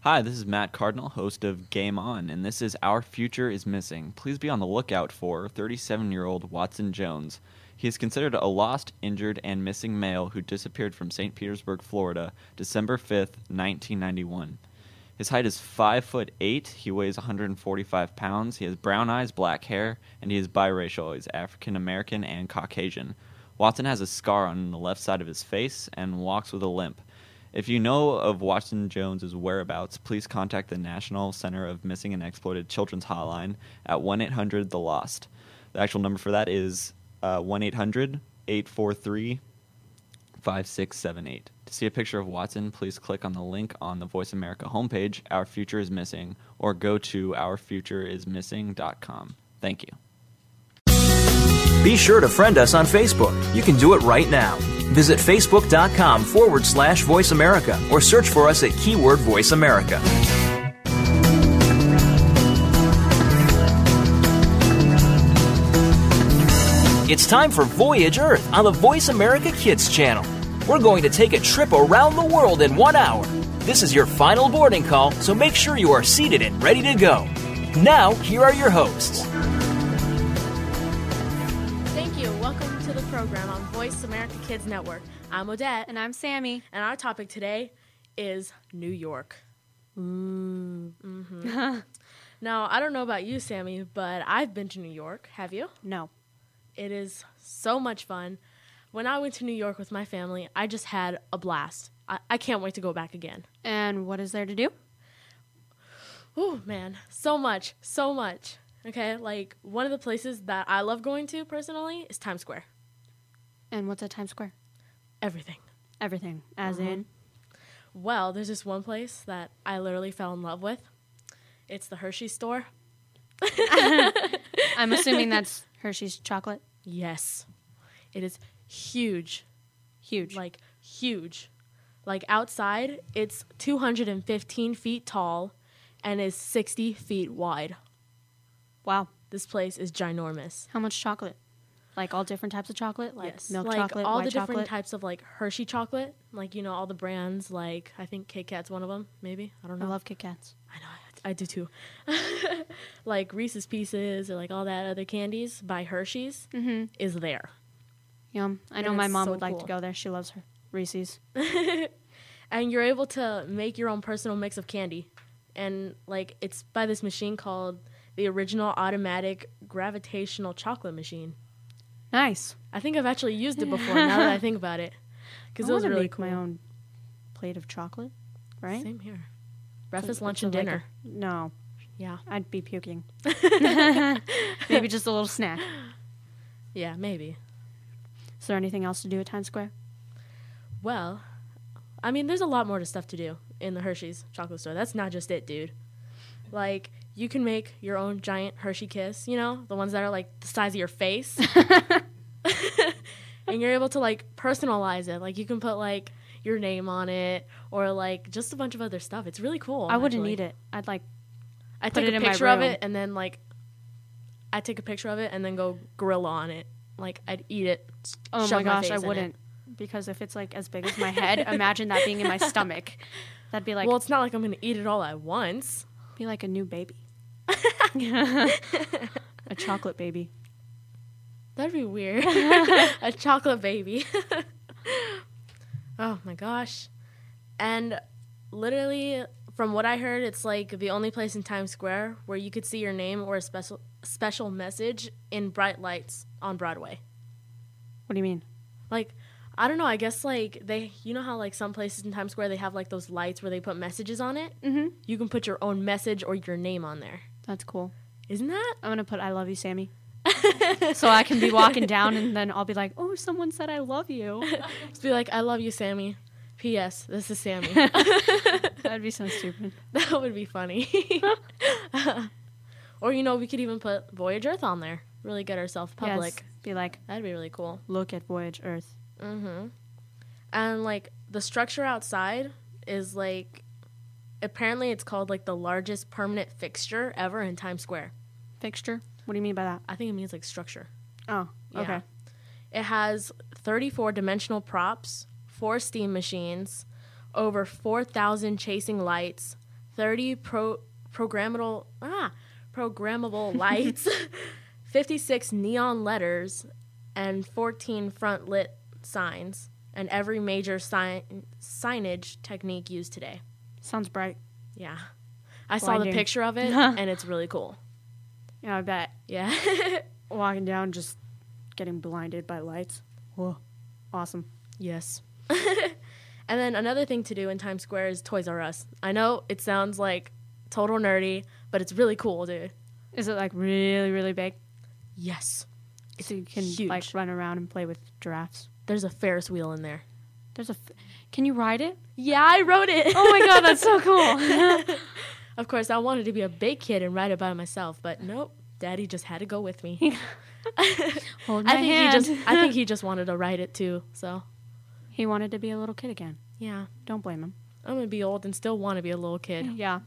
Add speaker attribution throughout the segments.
Speaker 1: Hi, this is Matt Cardinal, host of Game On, and this is Our Future is Missing. Please be on the lookout for 37 year old Watson Jones. He is considered a lost, injured, and missing male who disappeared from St. Petersburg, Florida, December 5th, 1991. His height is 5 foot 8, he weighs 145 pounds, he has brown eyes, black hair, and he is biracial. He's African American and Caucasian. Watson has a scar on the left side of his face and walks with a limp. If you know of Watson Jones's whereabouts, please contact the National Center of Missing and Exploited Children's Hotline at 1 800 The Lost. The actual number for that is uh, 1 800 843 5678. To see a picture of Watson, please click on the link on the Voice America homepage, Our Future is Missing, or go to ourfutureismissing.com. Thank you.
Speaker 2: Be sure to friend us on Facebook. You can do it right now. Visit facebook.com forward slash voice America or search for us at keyword voice America. It's time for Voyage Earth on the Voice America Kids channel. We're going to take a trip around the world in one hour. This is your final boarding call, so make sure you are seated and ready to go. Now, here are your hosts.
Speaker 3: Thank you. Welcome to the program on Voice America Kids Network. I'm Odette,
Speaker 4: And I'm Sammy.
Speaker 3: and our topic today is New York. Mm, mm-hmm.
Speaker 4: Ooh.
Speaker 3: Now, I don't know about you, Sammy, but I've been to New York. Have you?
Speaker 4: No.
Speaker 3: It is so much fun. When I went to New York with my family, I just had a blast. I, I can't wait to go back again.
Speaker 4: And what is there to do?
Speaker 3: Oh man, so much, so much. Okay, like one of the places that I love going to personally is Times Square.
Speaker 4: And what's at Times Square? Uh-huh.
Speaker 3: Everything.
Speaker 4: Everything. As in?
Speaker 3: Well, there's this one place that I literally fell in love with. It's the Hershey store.
Speaker 4: I'm assuming that's Hershey's chocolate.
Speaker 3: Yes. It is huge.
Speaker 4: Huge.
Speaker 3: like huge. Like outside, it's 215 feet tall and is 60 feet wide.
Speaker 4: wow.
Speaker 3: This place is ginormous.
Speaker 4: How much chocolate? Like all different types of chocolate? Like milk
Speaker 3: like
Speaker 4: chocolate,
Speaker 3: all
Speaker 4: white
Speaker 3: the
Speaker 4: chocolate?
Speaker 3: different types of like Hershey chocolate, like you know all the brands. Like I think Kit Kat's one of them. Maybe I don't
Speaker 4: I
Speaker 3: know.
Speaker 4: love Kit Kats.
Speaker 3: I know I, I do too. like Reese's Pieces or like all that other candies by Hershey's
Speaker 4: Mm-hmm.
Speaker 3: is there.
Speaker 4: Yum. I know
Speaker 3: And
Speaker 4: my
Speaker 3: it's
Speaker 4: mom
Speaker 3: so
Speaker 4: would like to
Speaker 3: cool.
Speaker 4: go there. She loves her Reese's.
Speaker 3: and you're able to make your own personal mix of candy and like it's by this machine called the original automatic gravitational chocolate machine
Speaker 4: Nice.
Speaker 3: i think i've actually used it before now that i think about it because
Speaker 4: I
Speaker 3: it was
Speaker 4: wanna
Speaker 3: really
Speaker 4: make
Speaker 3: cool
Speaker 4: my own plate of chocolate, right?
Speaker 3: same here breakfast
Speaker 4: So-
Speaker 3: lunch
Speaker 4: so
Speaker 3: and
Speaker 4: like a-
Speaker 3: dinner
Speaker 4: no,
Speaker 3: yeah
Speaker 4: I'd be puking. Maybe just a little snack.
Speaker 3: yeah maybe
Speaker 4: Is there anything else to do at Times Square?
Speaker 3: well i mean there's a lot more to stuff to do in the hershey's chocolate store that's not just it dude like you can make your own giant hershey kiss you know the ones that are like the size of your face and you're able to like personalize it. Like you can put like your name on it or like just a bunch of other stuff. It's really cool.
Speaker 4: I wouldn't
Speaker 3: actually.
Speaker 4: need it. I'd like
Speaker 3: I
Speaker 4: Put
Speaker 3: take
Speaker 4: it
Speaker 3: a
Speaker 4: in my
Speaker 3: picture of
Speaker 4: room.
Speaker 3: it and then like I take a picture of it and then go gorilla on it. Like I'd eat it.
Speaker 4: Oh
Speaker 3: shove
Speaker 4: my gosh,
Speaker 3: face
Speaker 4: I
Speaker 3: in it.
Speaker 4: wouldn't. Because if it's like as big as my head, imagine that being in my stomach. That'd be like
Speaker 3: well, it's not like I'm gonna eat it all at once.
Speaker 4: be like a new baby. a chocolate baby.
Speaker 3: That'd be weird. a chocolate baby. oh my gosh. And literally, from what I heard, it's like the only place in Times Square where you could see your name or a special special message in bright lights on Broadway.
Speaker 4: What do you mean?
Speaker 3: Like, I don't know. I guess like they, you know how like some places in Times Square they have like those lights where they put messages on it. Mm-hmm. You can put your own message or your name on there.
Speaker 4: That's cool.
Speaker 3: Isn't that?
Speaker 4: I'm gonna put I love you, Sammy. so I can be walking down and then I'll be like, Oh, someone said I love you.
Speaker 3: Just be like, I love you, Sammy. P.S. This is Sammy.
Speaker 4: That'd be so stupid.
Speaker 3: That would be funny. or you know, we could even put Voyage Earth on there. Really get ourselves public.
Speaker 4: Yes. Be like,
Speaker 3: That'd be really cool.
Speaker 4: look at Voyage Earth.
Speaker 3: And like the structure outside is like apparently it's called like the largest permanent fixture ever in Times Square.
Speaker 4: Fixture? What do you mean by that?
Speaker 3: I think it means like structure.
Speaker 4: Oh,
Speaker 3: Yeah.
Speaker 4: okay.
Speaker 3: It has 34 dimensional props, four steam machines, over 4,000 chasing lights, 30 pro programmable ah programmable lights, 56 neon letters, and 14 front lit signs, and every major sign signage technique used today.
Speaker 4: Sounds bright.
Speaker 3: Yeah. I saw the
Speaker 4: Blinding.
Speaker 3: picture of it and it's really cool.
Speaker 4: Yeah, I bet.
Speaker 3: Yeah.
Speaker 4: Walking down, just getting blinded by lights. Whoa. Awesome.
Speaker 3: yes. and then another thing to do in Times Square is Toys R Us. I know it sounds like total nerdy, but it's really cool, dude.
Speaker 4: Is it like really, really big?
Speaker 3: Yes.
Speaker 4: so you can
Speaker 3: huge.
Speaker 4: like run around and play with giraffes.
Speaker 3: There's a Ferris wheel in there.
Speaker 4: There's a. F- can you ride it?
Speaker 3: Yeah, I wrote it.
Speaker 4: Oh my god, that's so cool.
Speaker 3: Of course, I wanted to be a big kid and ride it by myself, but nope. Daddy just had to go with me.
Speaker 4: Hold my
Speaker 3: I think
Speaker 4: hand.
Speaker 3: he just I think he just wanted to ride it too. So,
Speaker 4: he wanted to be a little kid again.
Speaker 3: yeah.
Speaker 4: Don't blame him.
Speaker 3: I'm going to be old and still want to be a little kid.
Speaker 4: Yeah.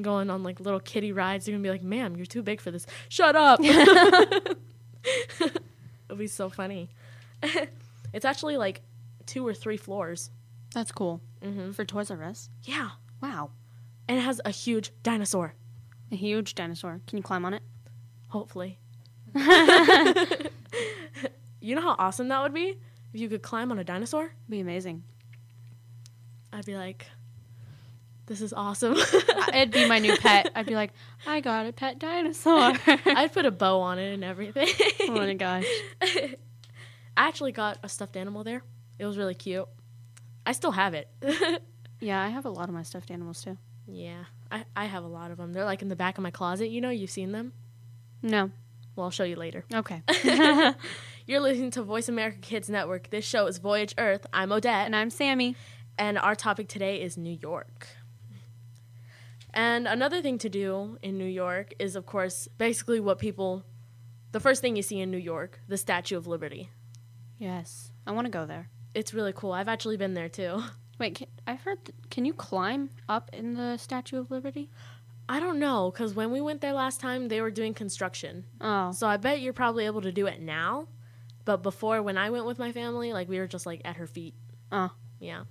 Speaker 3: going on like little kitty rides. You're gonna be like, "Ma'am, you're too big for this. Shut up." It'll be so funny. it's actually like two or three floors.
Speaker 4: That's cool. For Toys R Us.
Speaker 3: Yeah,
Speaker 4: Wow.
Speaker 3: and it has a huge dinosaur.
Speaker 4: A huge dinosaur. Can you climb on it?
Speaker 3: Hopefully, you know how awesome that would be if you could climb on a dinosaur.
Speaker 4: Be amazing.
Speaker 3: I'd be like, "This is awesome."
Speaker 4: It'd be my new pet. I'd be like, I got a pet dinosaur. oh
Speaker 3: I'd put a bow on it and everything.
Speaker 4: my gosh.
Speaker 3: I actually got a stuffed animal there. It was really cute. I still have it.
Speaker 4: Yeah, I have a lot of my stuffed animals too.
Speaker 3: Yeah, I, I have a lot of them. They're like in the back of my closet. You know, you've seen them.
Speaker 4: No.
Speaker 3: Well, I'll show you later.
Speaker 4: Okay.
Speaker 3: You're listening to Voice America Kids Network. This show is Voyage Earth. I'm Odette,
Speaker 4: and
Speaker 3: and,
Speaker 4: I'm Sammy.
Speaker 3: our topic today is New York. And another thing to do in New York is, of course, basically what people, the first thing you see in New York, the Statue of Liberty.
Speaker 4: Yes. I want to go there.
Speaker 3: It's really cool. I've actually been there too.
Speaker 4: Wait, can, I've heard. Th- can you climb up in the Statue of Liberty?
Speaker 3: I don't know, because when we went there last time, they were doing construction.
Speaker 4: Oh.
Speaker 3: So I bet you're probably able to do it now. But before, when I went with my family, like we were just like at her feet.
Speaker 4: Oh.
Speaker 3: Yeah.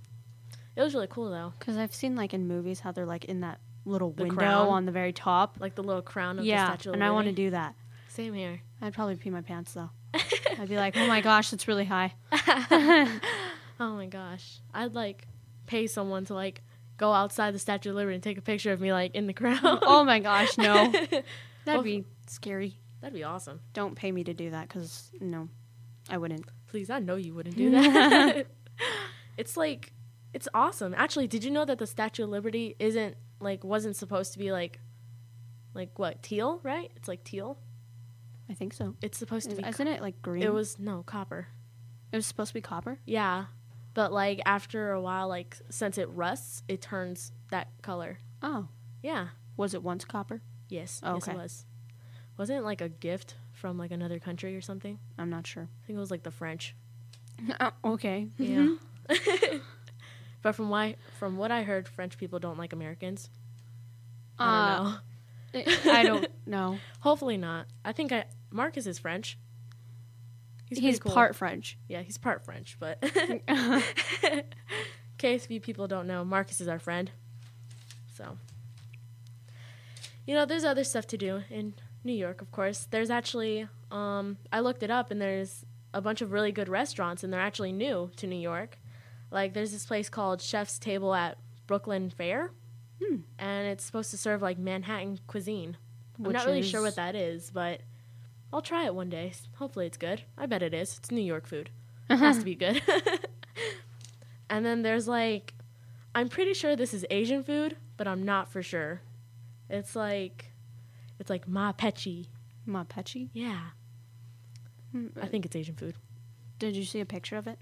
Speaker 3: It was really cool though.
Speaker 4: Because I've seen like in movies how they're like in that little
Speaker 3: The
Speaker 4: window
Speaker 3: crown?
Speaker 4: on the very top.
Speaker 3: Like the little crown of
Speaker 4: yeah,
Speaker 3: the statue. of
Speaker 4: and I want to
Speaker 3: Liberty.
Speaker 4: do that.
Speaker 3: Same here.
Speaker 4: I'd probably pee my pants though. I'd be like, oh my gosh, it's really high.
Speaker 3: Oh my gosh. I'd like pay someone to like go outside the Statue of Liberty and take a picture of me like in the crown.
Speaker 4: Oh my gosh, no, that'd
Speaker 3: Well,
Speaker 4: be scary.
Speaker 3: That'd be awesome.
Speaker 4: Don't pay me to do that because no, I wouldn't.
Speaker 3: Please, I know you wouldn't do that. it's like it's awesome. Actually, did you know that the Statue of Liberty isn't like wasn't supposed to be like like what, teal, right? It's like teal.
Speaker 4: I think so.
Speaker 3: It's supposed to
Speaker 4: Is,
Speaker 3: be
Speaker 4: isn't it like green?
Speaker 3: It was no copper.
Speaker 4: It was supposed to be copper.
Speaker 3: Yeah, but like after a while, like since it rusts, it turns that color.
Speaker 4: Oh,
Speaker 3: Yeah.
Speaker 4: was it once copper?
Speaker 3: Yes.
Speaker 4: Oh,
Speaker 3: yes, it
Speaker 4: okay.
Speaker 3: was. Wasn't it like a gift from like another country or something?
Speaker 4: I'm not sure.
Speaker 3: I think it was like the French.
Speaker 4: Oh, okay.
Speaker 3: Yeah. but from why from what I heard, French people don't like Americans. I
Speaker 4: Ah.
Speaker 3: don't know.
Speaker 4: know. Uh, I don't know.
Speaker 3: Hopefully not. I think I Marcus is French.
Speaker 4: He's,
Speaker 3: pretty cool.
Speaker 4: part French.
Speaker 3: Yeah, he's part French, but KSV people don't know. Marcus is our friend. So, you know, there's other stuff to do in New York, of course. There's actually, um, I looked it up, and there's a bunch of really good restaurants, and they're actually new to New York. Like, there's this place called Chef's Table at Brooklyn Fair,
Speaker 4: Hmm.
Speaker 3: and it's supposed to serve like Manhattan cuisine. I'm
Speaker 4: Which
Speaker 3: not really sure
Speaker 4: is-
Speaker 3: what that is, but I'll try it one day. Hopefully, it's good. I bet it is. It's New York food. It has to be good. and then there's like, I'm pretty sure this is Asian food, but I'm not for sure. It's like, it's like ma pechi.
Speaker 4: Mapechi.
Speaker 3: Yeah, I think it's Asian food.
Speaker 4: Did you see a picture of it?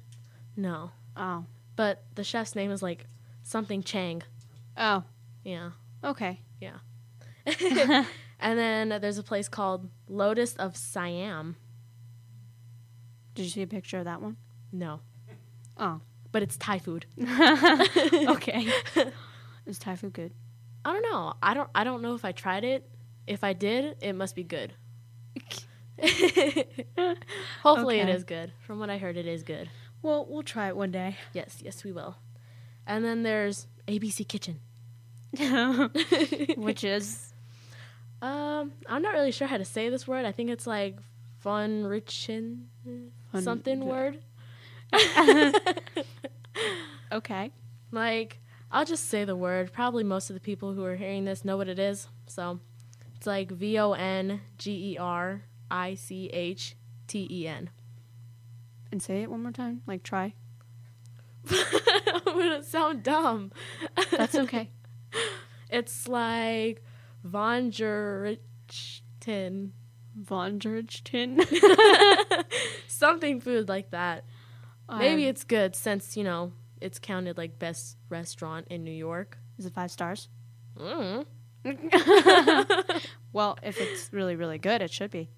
Speaker 3: No,
Speaker 4: Oh.
Speaker 3: but the chef's name is like something Chang.
Speaker 4: Oh.
Speaker 3: Yeah,
Speaker 4: Okay.
Speaker 3: yeah. and then there's a place called Lotus of Siam.
Speaker 4: Did you see a picture of that one?
Speaker 3: No,
Speaker 4: Oh.
Speaker 3: but it's Thai food.
Speaker 4: Okay. Is Thai food good?
Speaker 3: I don't know. I don't. I don't know if I tried it. If I did, it must be good. Hopefully, it
Speaker 4: Okay.
Speaker 3: is good. From what I heard, it is good.
Speaker 4: Well, we'll try it one day.
Speaker 3: Yes, yes, we will. And then there's ABC Kitchen.
Speaker 4: Which is
Speaker 3: Um, I'm not really sure how to say this word. I think it's like fun richin
Speaker 4: Fun-
Speaker 3: something word.
Speaker 4: okay.
Speaker 3: Like I'll just say the word. Probably most of the people who are hearing this know what it is. So it's like V O N G E R I C H T E N.
Speaker 4: And say it one more time. Like try.
Speaker 3: Would it sound dumb?
Speaker 4: That's okay.
Speaker 3: It's like von Gerichten.
Speaker 4: Von Dridgeton.
Speaker 3: something food like that. Maybe
Speaker 4: Um,
Speaker 3: it's good since you know it's counted like best restaurant in New York.
Speaker 4: is it five stars?
Speaker 3: Mm.
Speaker 4: Well, if it's really really good, it should be.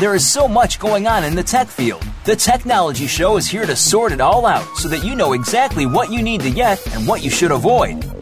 Speaker 2: There is so much going on in the tech field. The Technology Show is here to sort it all out so that you know exactly what you need to get and what you should avoid.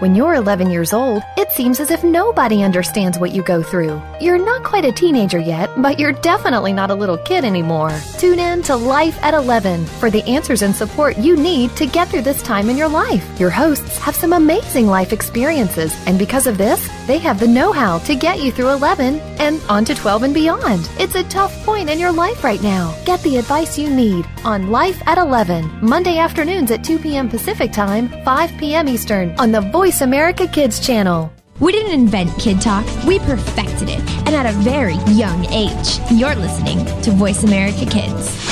Speaker 5: When you're 11 years old, it seems as if nobody understands what you go through. You're not quite a teenager yet, but you're definitely not a little kid anymore. Tune in to Life at 11 for the answers and support you need to get through this time in your life. Your hosts have some amazing life experiences, and because of this, they have the know how to get you through 11 and on to 12 and beyond. It's a tough point in your life right now. Get the advice you need on Life at 11, Monday afternoons at 2 p.m. Pacific Time, 5 p.m. Eastern on the Voice America Kids channel.
Speaker 6: We didn't invent Kid Talk, we perfected it, and at a very young age. You're listening to Voice America Kids.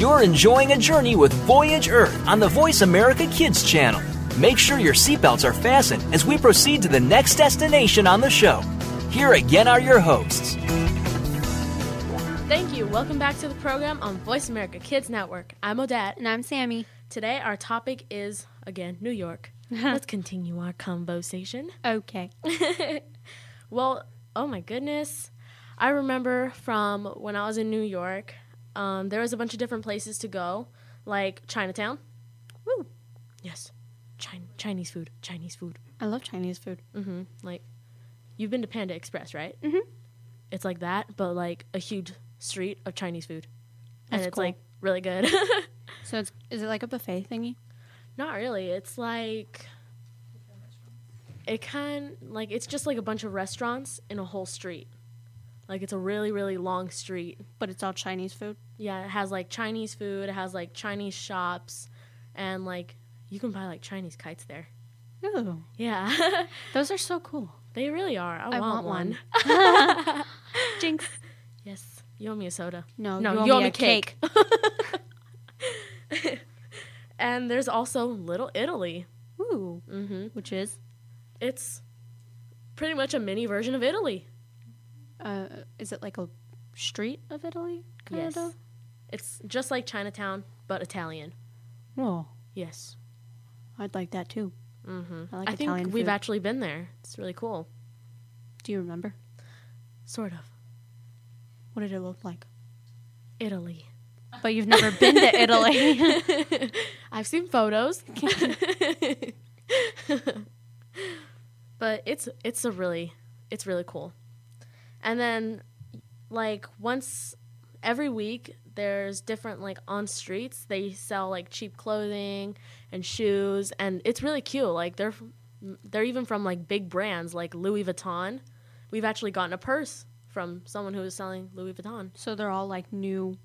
Speaker 2: You're enjoying a journey with Voyage Earth on the Voice America Kids channel. Make sure your seatbelts are fastened as we proceed to the next destination on the show. Here again are your hosts.
Speaker 3: Thank you. Welcome back to the program on Voice America Kids Network. I'm Odette.
Speaker 4: And I'm Sammy.
Speaker 3: Today, our topic is again New York. Let's continue our conversation.
Speaker 4: Okay.
Speaker 3: Well, oh my goodness. I remember from when I was in New York, um, there was a bunch of different places to go, like Chinatown. Woo! Yes, Chin- Chinese food, Chinese food.
Speaker 4: I love Chinese food.
Speaker 3: Like, you've been to Panda Express, right? Mm-hmm. It's like that, but like a huge street of Chinese food. and
Speaker 4: That's
Speaker 3: it's
Speaker 4: cool.
Speaker 3: like really good.
Speaker 4: So it's, is it like a buffet thingy?
Speaker 3: Not really. It's like it can like it's just like a bunch of restaurants in a whole street. Like it's a really really long street.
Speaker 4: But it's all Chinese food.
Speaker 3: Yeah, it has like Chinese food, it has like Chinese shops and like you can buy like Chinese kites there.
Speaker 4: Ooh,
Speaker 3: Yeah.
Speaker 4: those are so cool.
Speaker 3: they really are. I,
Speaker 4: I
Speaker 3: want,
Speaker 4: want
Speaker 3: one.
Speaker 4: one. Jinx.
Speaker 3: Yes. You owe me a soda.
Speaker 4: No,
Speaker 3: no, you owe, me, a cake. and there's also Little Italy.
Speaker 4: Ooh. Mm-hmm. Which is
Speaker 3: It's pretty much a mini version of Italy.
Speaker 4: uh, is it like a street of Italy? Kind of.
Speaker 3: It's just like Chinatown, but Italian.
Speaker 4: Whoa.
Speaker 3: Yes.
Speaker 4: I'd like that too. Mm-hmm. I like
Speaker 3: I think
Speaker 4: Italian
Speaker 3: we've
Speaker 4: food.
Speaker 3: actually been there. It's really cool.
Speaker 4: Do you remember
Speaker 3: Sort of.
Speaker 4: what did it look like?
Speaker 3: Italy.
Speaker 4: But you've never been to Italy.
Speaker 3: I've seen photos. but it's it's a really it's really cool. And then like once every week there's different like on streets they sell like cheap clothing and shoes and it's really cute. Like they're f- they're even from like big brands like Louis Vuitton. We've actually gotten a purse from someone who was selling Louis Vuitton.
Speaker 4: so they're all like new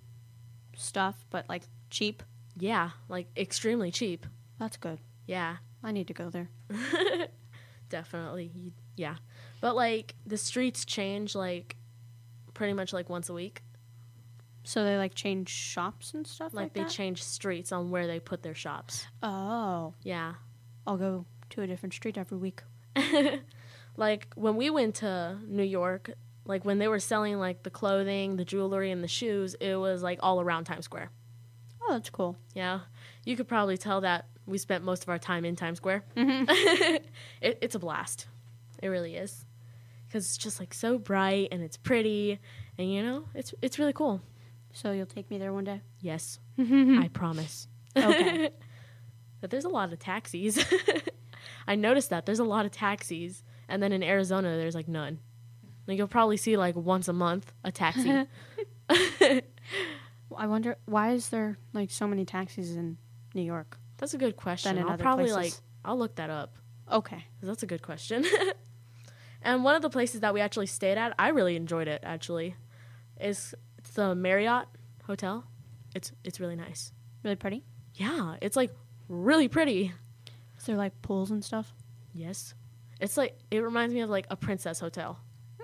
Speaker 4: stuff, but like cheap.
Speaker 3: Yeah, like extremely cheap.
Speaker 4: That's good.
Speaker 3: Yeah.
Speaker 4: I need to go there.
Speaker 3: definitely you, yeah but like the streets change like pretty much like once a week
Speaker 4: So they like change shops and stuff
Speaker 3: like,
Speaker 4: like,
Speaker 3: they
Speaker 4: that?
Speaker 3: change streets on where they put their shops
Speaker 4: oh.
Speaker 3: yeah
Speaker 4: I'll go to a different street every week.
Speaker 3: like when we went to new york like when they were selling like the clothing the jewelry and the shoes it was like all around times square
Speaker 4: Oh, that's cool.
Speaker 3: yeah you could probably tell that we spent most of our time in times square
Speaker 4: Mm-hmm.
Speaker 3: it, it's a blast it really is because it's just like so bright and it's pretty and you know it's it's really cool
Speaker 4: So you'll take me there one day.
Speaker 3: Yes,
Speaker 4: Mm-hmm.
Speaker 3: I promise.
Speaker 4: Okay.
Speaker 3: But there's a lot of taxis. I noticed that there's a lot of taxis, and then in Arizona there's like none. Like you'll probably see like once a month a taxi.
Speaker 4: I wonder why is there like so many taxis in New York?
Speaker 3: that's a good question.
Speaker 4: Than in
Speaker 3: I'll
Speaker 4: other
Speaker 3: probably
Speaker 4: places.
Speaker 3: like I'll look that up.
Speaker 4: Okay.
Speaker 3: 'cause That's a good question. and one of the places that we actually stayed at, I really enjoyed it actually, is it's the Marriott Hotel. It's it's really nice.
Speaker 4: Really pretty.
Speaker 3: Yeah, it's like really pretty.
Speaker 4: Is there like pools and stuff?
Speaker 3: Yes. It's like it reminds me of like a princess hotel.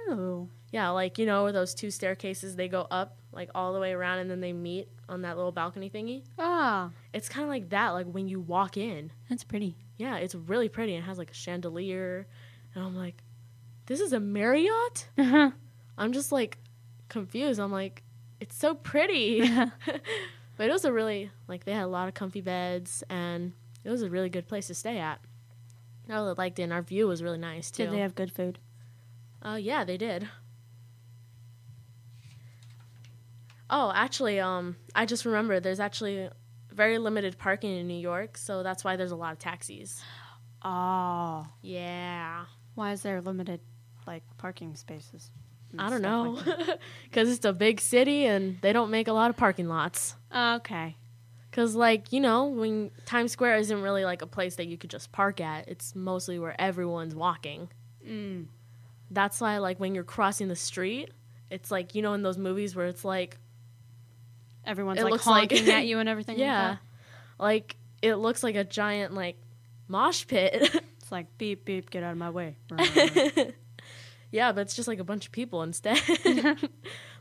Speaker 4: Oh.
Speaker 3: Yeah, like you know where those two staircases they go up like all the way around and then they meet on that little balcony thingy.
Speaker 4: Ah,
Speaker 3: It's kind of like that like when you walk in.
Speaker 4: that's pretty.
Speaker 3: Yeah, it's really pretty and it has like a chandelier and I'm like this is a Marriott?
Speaker 4: Uh-huh.
Speaker 3: I'm just like confused. I'm like it's so pretty. but it was a really like they had a lot of comfy beds and it was a really good place to stay at. I really liked it and our view was really nice too.
Speaker 4: Did they have good food?
Speaker 3: Uh, yeah, they did. Oh, actually, um, I just remembered there's actually very limited parking in New York, so that's why there's a lot of taxis.
Speaker 4: Ah.
Speaker 3: Yeah.
Speaker 4: Why is there limited like parking spaces? and
Speaker 3: I don't know.
Speaker 4: stuff like
Speaker 3: Because it's a big city and they don't make a lot of parking lots.
Speaker 4: that? Ah, okay.
Speaker 3: Because, like, you know, when Times Square isn't really like a place that you could just park at, it's mostly where everyone's walking. Mm. That's why, like, when you're crossing the street, it's like, you know, in those movies where it's like,
Speaker 4: Everyone's
Speaker 3: It
Speaker 4: like
Speaker 3: looks like-
Speaker 4: honking at you and everything.
Speaker 3: Yeah.
Speaker 4: Like that.
Speaker 3: Like it looks like a giant like mosh pit.
Speaker 4: It's like beep beep, get out of my way.
Speaker 3: yeah, but it's just like a bunch of people instead.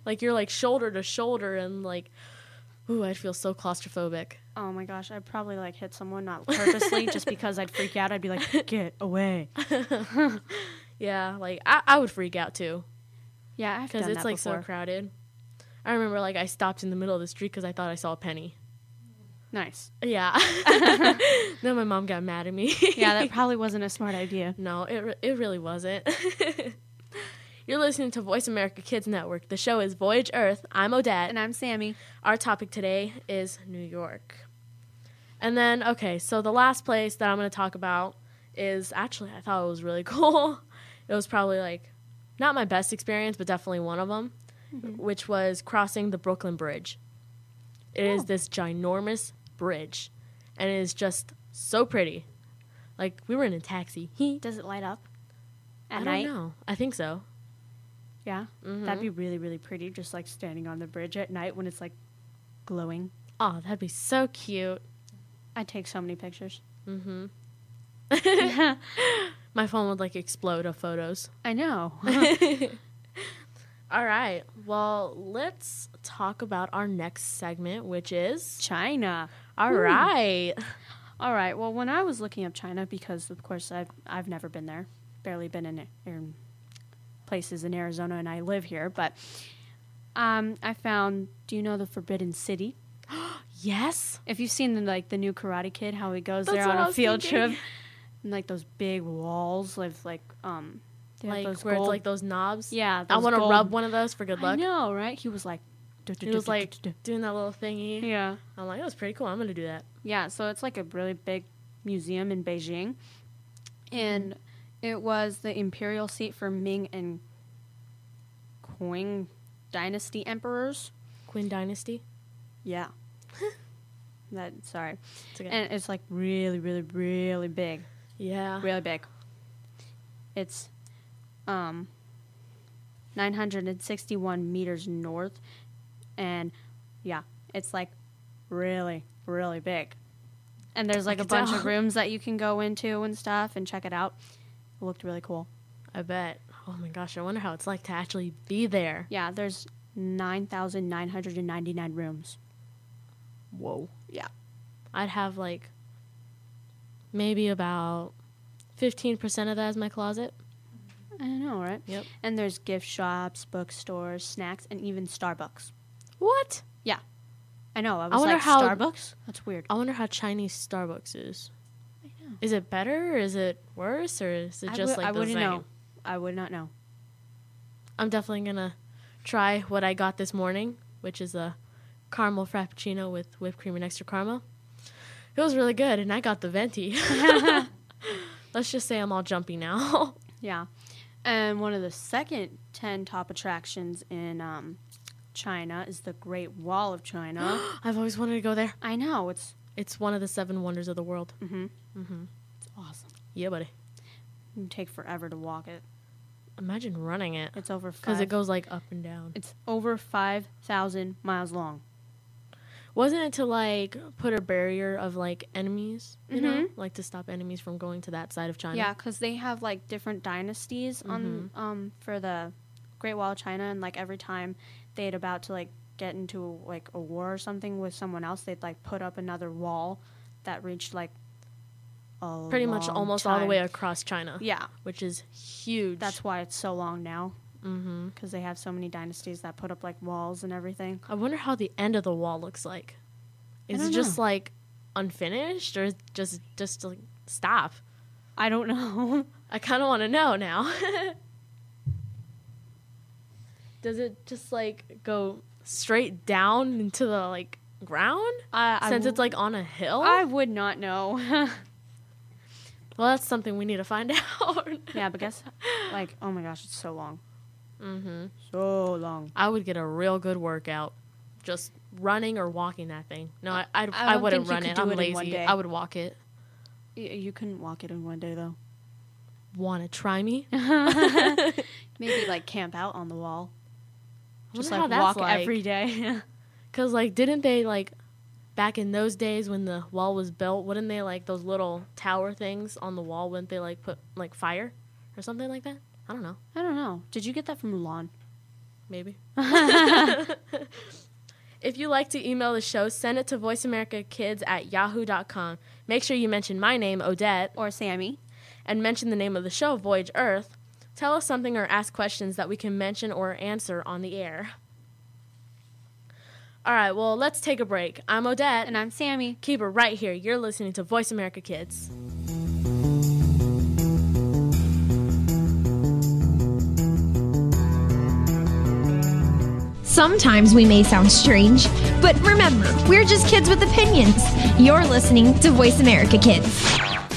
Speaker 3: like you're like shoulder to shoulder and like ooh, I'd feel so claustrophobic.
Speaker 4: oh my gosh, I'd probably like hit someone not purposely, just because I'd freak out. I'd be like, get away.
Speaker 3: Yeah, like I, I would freak out too
Speaker 4: Yeah, I've
Speaker 3: because
Speaker 4: done
Speaker 3: it's
Speaker 4: that
Speaker 3: like
Speaker 4: before.
Speaker 3: so crowded. I remember like I stopped in the middle of the street because I thought I saw a penny.
Speaker 4: nice.
Speaker 3: Yeah. then my mom got mad at me.
Speaker 4: Yeah, that probably wasn't a smart idea.
Speaker 3: No, it, re- it really wasn't. You're listening to Voice America Kids Network. The show is Voyage Earth. I'm Odette.
Speaker 4: And I'm Sammy.
Speaker 3: Our topic today is New York. And then, okay, so the last place that I'm going to talk about is actually, I thought it was really cool. It was probably like not my best experience, but definitely one of them,
Speaker 4: Mm-hmm.
Speaker 3: which was crossing the Brooklyn Bridge. It is this ginormous bridge, and it is just so pretty. Like, we were in a taxi. He
Speaker 4: Does it light up
Speaker 3: I
Speaker 4: at
Speaker 3: don't
Speaker 4: night?
Speaker 3: know. I think so.
Speaker 4: Yeah, that'd be
Speaker 3: Mm-hmm.
Speaker 4: really really pretty. Just like standing on the bridge at night when it's like glowing.
Speaker 3: Oh, that'd be so cute.
Speaker 4: I take so many pictures.
Speaker 3: My phone would like explode of photos.
Speaker 4: I know.
Speaker 3: All right. Well, let's talk about our next segment, which is
Speaker 4: China.
Speaker 3: all right.
Speaker 4: All right. Well, when I was looking up China, because of course I've I've never been there, barely been in, in places in Arizona, and I live here. But um, I found. Do you know the Forbidden City?
Speaker 3: Yes.
Speaker 4: If you've seen the, like the new Karate Kid, how he goes
Speaker 3: That's
Speaker 4: there
Speaker 3: what
Speaker 4: on
Speaker 3: I
Speaker 4: a
Speaker 3: was
Speaker 4: field
Speaker 3: thinking.
Speaker 4: trip, and like those big walls with like um, they have
Speaker 3: Like
Speaker 4: those
Speaker 3: where
Speaker 4: gold-
Speaker 3: it's like those knobs.
Speaker 4: yeah,
Speaker 3: I
Speaker 4: those
Speaker 3: want to
Speaker 4: gold-
Speaker 3: rub one of those for good
Speaker 4: I
Speaker 3: luck.
Speaker 4: know, right? He was like,
Speaker 3: It was like doing that little thingy.
Speaker 4: yeah,
Speaker 3: I'm like, that was pretty cool. I'm gonna do that.
Speaker 4: yeah. So it's like a really big museum in Beijing, and it was the imperial seat for Ming and Qing dynasty emperors.
Speaker 3: Queen Dynasty.
Speaker 4: Yeah. that sorry,
Speaker 3: It's okay.
Speaker 4: and it's like really, really, really big.
Speaker 3: yeah.
Speaker 4: really big. It's um 961 meters north and yeah, it's like really really big. And there's like a
Speaker 3: can
Speaker 4: bunch of
Speaker 3: tell.
Speaker 4: rooms that you can go into and stuff and check it out. It looked really cool.
Speaker 3: I bet. Oh my gosh, I wonder how it's like to actually be there.
Speaker 4: Yeah, there's 9,999 rooms.
Speaker 3: Whoa.
Speaker 4: Yeah.
Speaker 3: I'd have like maybe about 15% of that as my closet.
Speaker 4: I know, right?
Speaker 3: Yep.
Speaker 4: And there's gift shops, bookstores, snacks, and even Starbucks.
Speaker 3: What?
Speaker 4: Yeah. I know. I was
Speaker 3: wonder
Speaker 4: like
Speaker 3: how-
Speaker 4: Starbucks? That's weird.
Speaker 3: I wonder how Chinese Starbucks is. Is it better or is it worse or is it
Speaker 4: I
Speaker 3: just
Speaker 4: wou-
Speaker 3: like
Speaker 4: I
Speaker 3: the
Speaker 4: wouldn't
Speaker 3: same?
Speaker 4: know. I would not know.
Speaker 3: I'm definitely gonna try what I got this morning, which is a caramel frappuccino with whipped cream and extra caramel. It was really good, and I got the venti. Let's just say I'm all jumpy now.
Speaker 4: Yeah. And one of the second 10 top attractions in um, China is the Great Wall of China.
Speaker 3: I've always wanted to go there.
Speaker 4: I know, it's,
Speaker 3: It's one of the seven wonders of the world.
Speaker 4: Mm-hmm.
Speaker 3: Mm-hmm.
Speaker 4: it's awesome.
Speaker 3: Yeah, buddy.
Speaker 4: It would take forever to walk it.
Speaker 3: Imagine running it
Speaker 4: It's over
Speaker 3: because
Speaker 4: five,
Speaker 3: it goes like up and down.
Speaker 4: It's over 5,000 miles long.
Speaker 3: Wasn't it to like put a barrier of like enemies, you know, like to stop enemies from going to that side of China?
Speaker 4: Mm-hmm.
Speaker 3: Mm-hmm.
Speaker 4: Yeah, because they have like different dynasties on um for the Great Wall of China, and like every time they'd about to like get into like a war or something with someone else, they'd like put up another wall that reached like a
Speaker 3: pretty much
Speaker 4: long
Speaker 3: almost all the
Speaker 4: time.
Speaker 3: way across China.
Speaker 4: Yeah,
Speaker 3: which is huge.
Speaker 4: that's why it's so long now.
Speaker 3: Mm-hmm.
Speaker 4: Because they have so many dynasties that put up like walls and everything.
Speaker 3: I wonder how the end of the wall looks like. Is
Speaker 4: don't
Speaker 3: it just like unfinished or is it just just like stop?
Speaker 4: I don't know.
Speaker 3: I kind of want to know now. Does it just like go straight down into the like ground
Speaker 4: I, I
Speaker 3: since
Speaker 4: w-
Speaker 3: it's like on a hill?
Speaker 4: I would not know.
Speaker 3: well, that's something we need to find out.
Speaker 4: yeah, but guess like oh my gosh, it's so long. Mm-hmm. So long.
Speaker 3: I would get a real good workout just running or walking that thing. No, I I'd,
Speaker 4: I
Speaker 3: I,
Speaker 4: don't
Speaker 3: wouldn't run
Speaker 4: think you could
Speaker 3: it.
Speaker 4: do
Speaker 3: I'm
Speaker 4: it in one
Speaker 3: lazy.
Speaker 4: day.
Speaker 3: I would walk it.
Speaker 4: Y- You couldn't walk it in one day though.
Speaker 3: Want to try me?
Speaker 4: Maybe like camp out on the wall. Just
Speaker 3: wonder
Speaker 4: like
Speaker 3: how that's
Speaker 4: walk
Speaker 3: like.
Speaker 4: every day.
Speaker 3: Cause like, didn't they like back in those days when the wall was built? Wouldn't they like those little tower things on the wall? Wouldn't they like put like fire or something like that? I don't know.
Speaker 4: I don't know. Did you get that from Mulan?
Speaker 3: Maybe. if you like to email the show, send it to voiceamericakids at yahoo.com. Make sure you mention my name, Odette,
Speaker 4: Or Sammy?
Speaker 3: and mention the name of the show, Voyage Earth. Tell us something or ask questions that we can mention or answer on the air. All right, well, let's take a break. I'm Odette.
Speaker 4: And I'm Sammy.
Speaker 3: Keep it right here. You're listening to Voice America Kids.
Speaker 6: Sometimes we may sound strange, but remember, we're just kids with opinions. You're listening to Voice America Kids.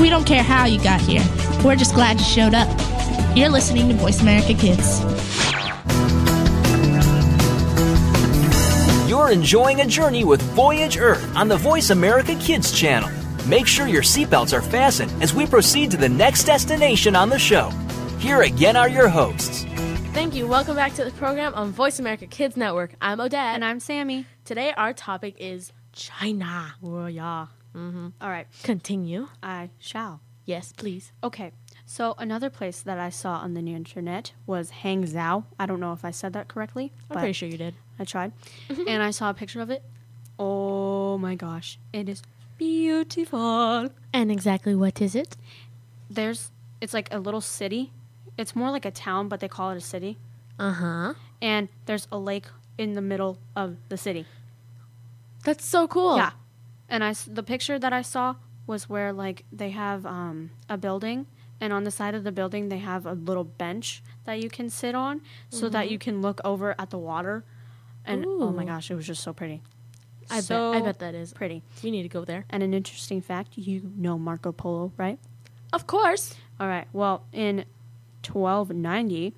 Speaker 7: We don't care how you got here. We're just glad you showed up. You're listening to Voice America Kids.
Speaker 2: You're enjoying a journey with Voyage Earth on the Voice America Kids channel. Make sure your seatbelts are fastened as we proceed to the next destination on the show. Here again are your hosts.
Speaker 3: Thank you. Welcome back to the program on Voice America Kids Network. I'm Odette.
Speaker 4: And I'm Sammy.
Speaker 3: Today, our topic is China.
Speaker 4: Well, yeah. All right,
Speaker 3: Continue.
Speaker 4: I shall.
Speaker 3: Yes, please.
Speaker 4: Okay, so another place that I saw on the internet was Hangzhou. I don't know if I said that correctly.
Speaker 3: I'm pretty sure you did.
Speaker 4: I tried. and I saw a picture of it. Oh my gosh, it is beautiful.
Speaker 3: And exactly what is it?
Speaker 4: There's, it's like a little city. It's more like a town, but they call it a city.
Speaker 3: Uh huh.
Speaker 4: And there's a lake in the middle of the city.
Speaker 3: That's so cool.
Speaker 4: Yeah. And I s- the picture that I saw was where like they have um, a building, and on the side of the building they have a little bench that you can sit on, so that you can look over at the water. And oh my
Speaker 3: Ooh.
Speaker 4: gosh, it was just so pretty.
Speaker 3: I
Speaker 4: so
Speaker 3: bet. I bet that is.
Speaker 4: pretty.
Speaker 3: We need to go there.
Speaker 4: And an interesting fact, you know Marco Polo, right?
Speaker 3: Of course.
Speaker 4: All right. Well, in 1290,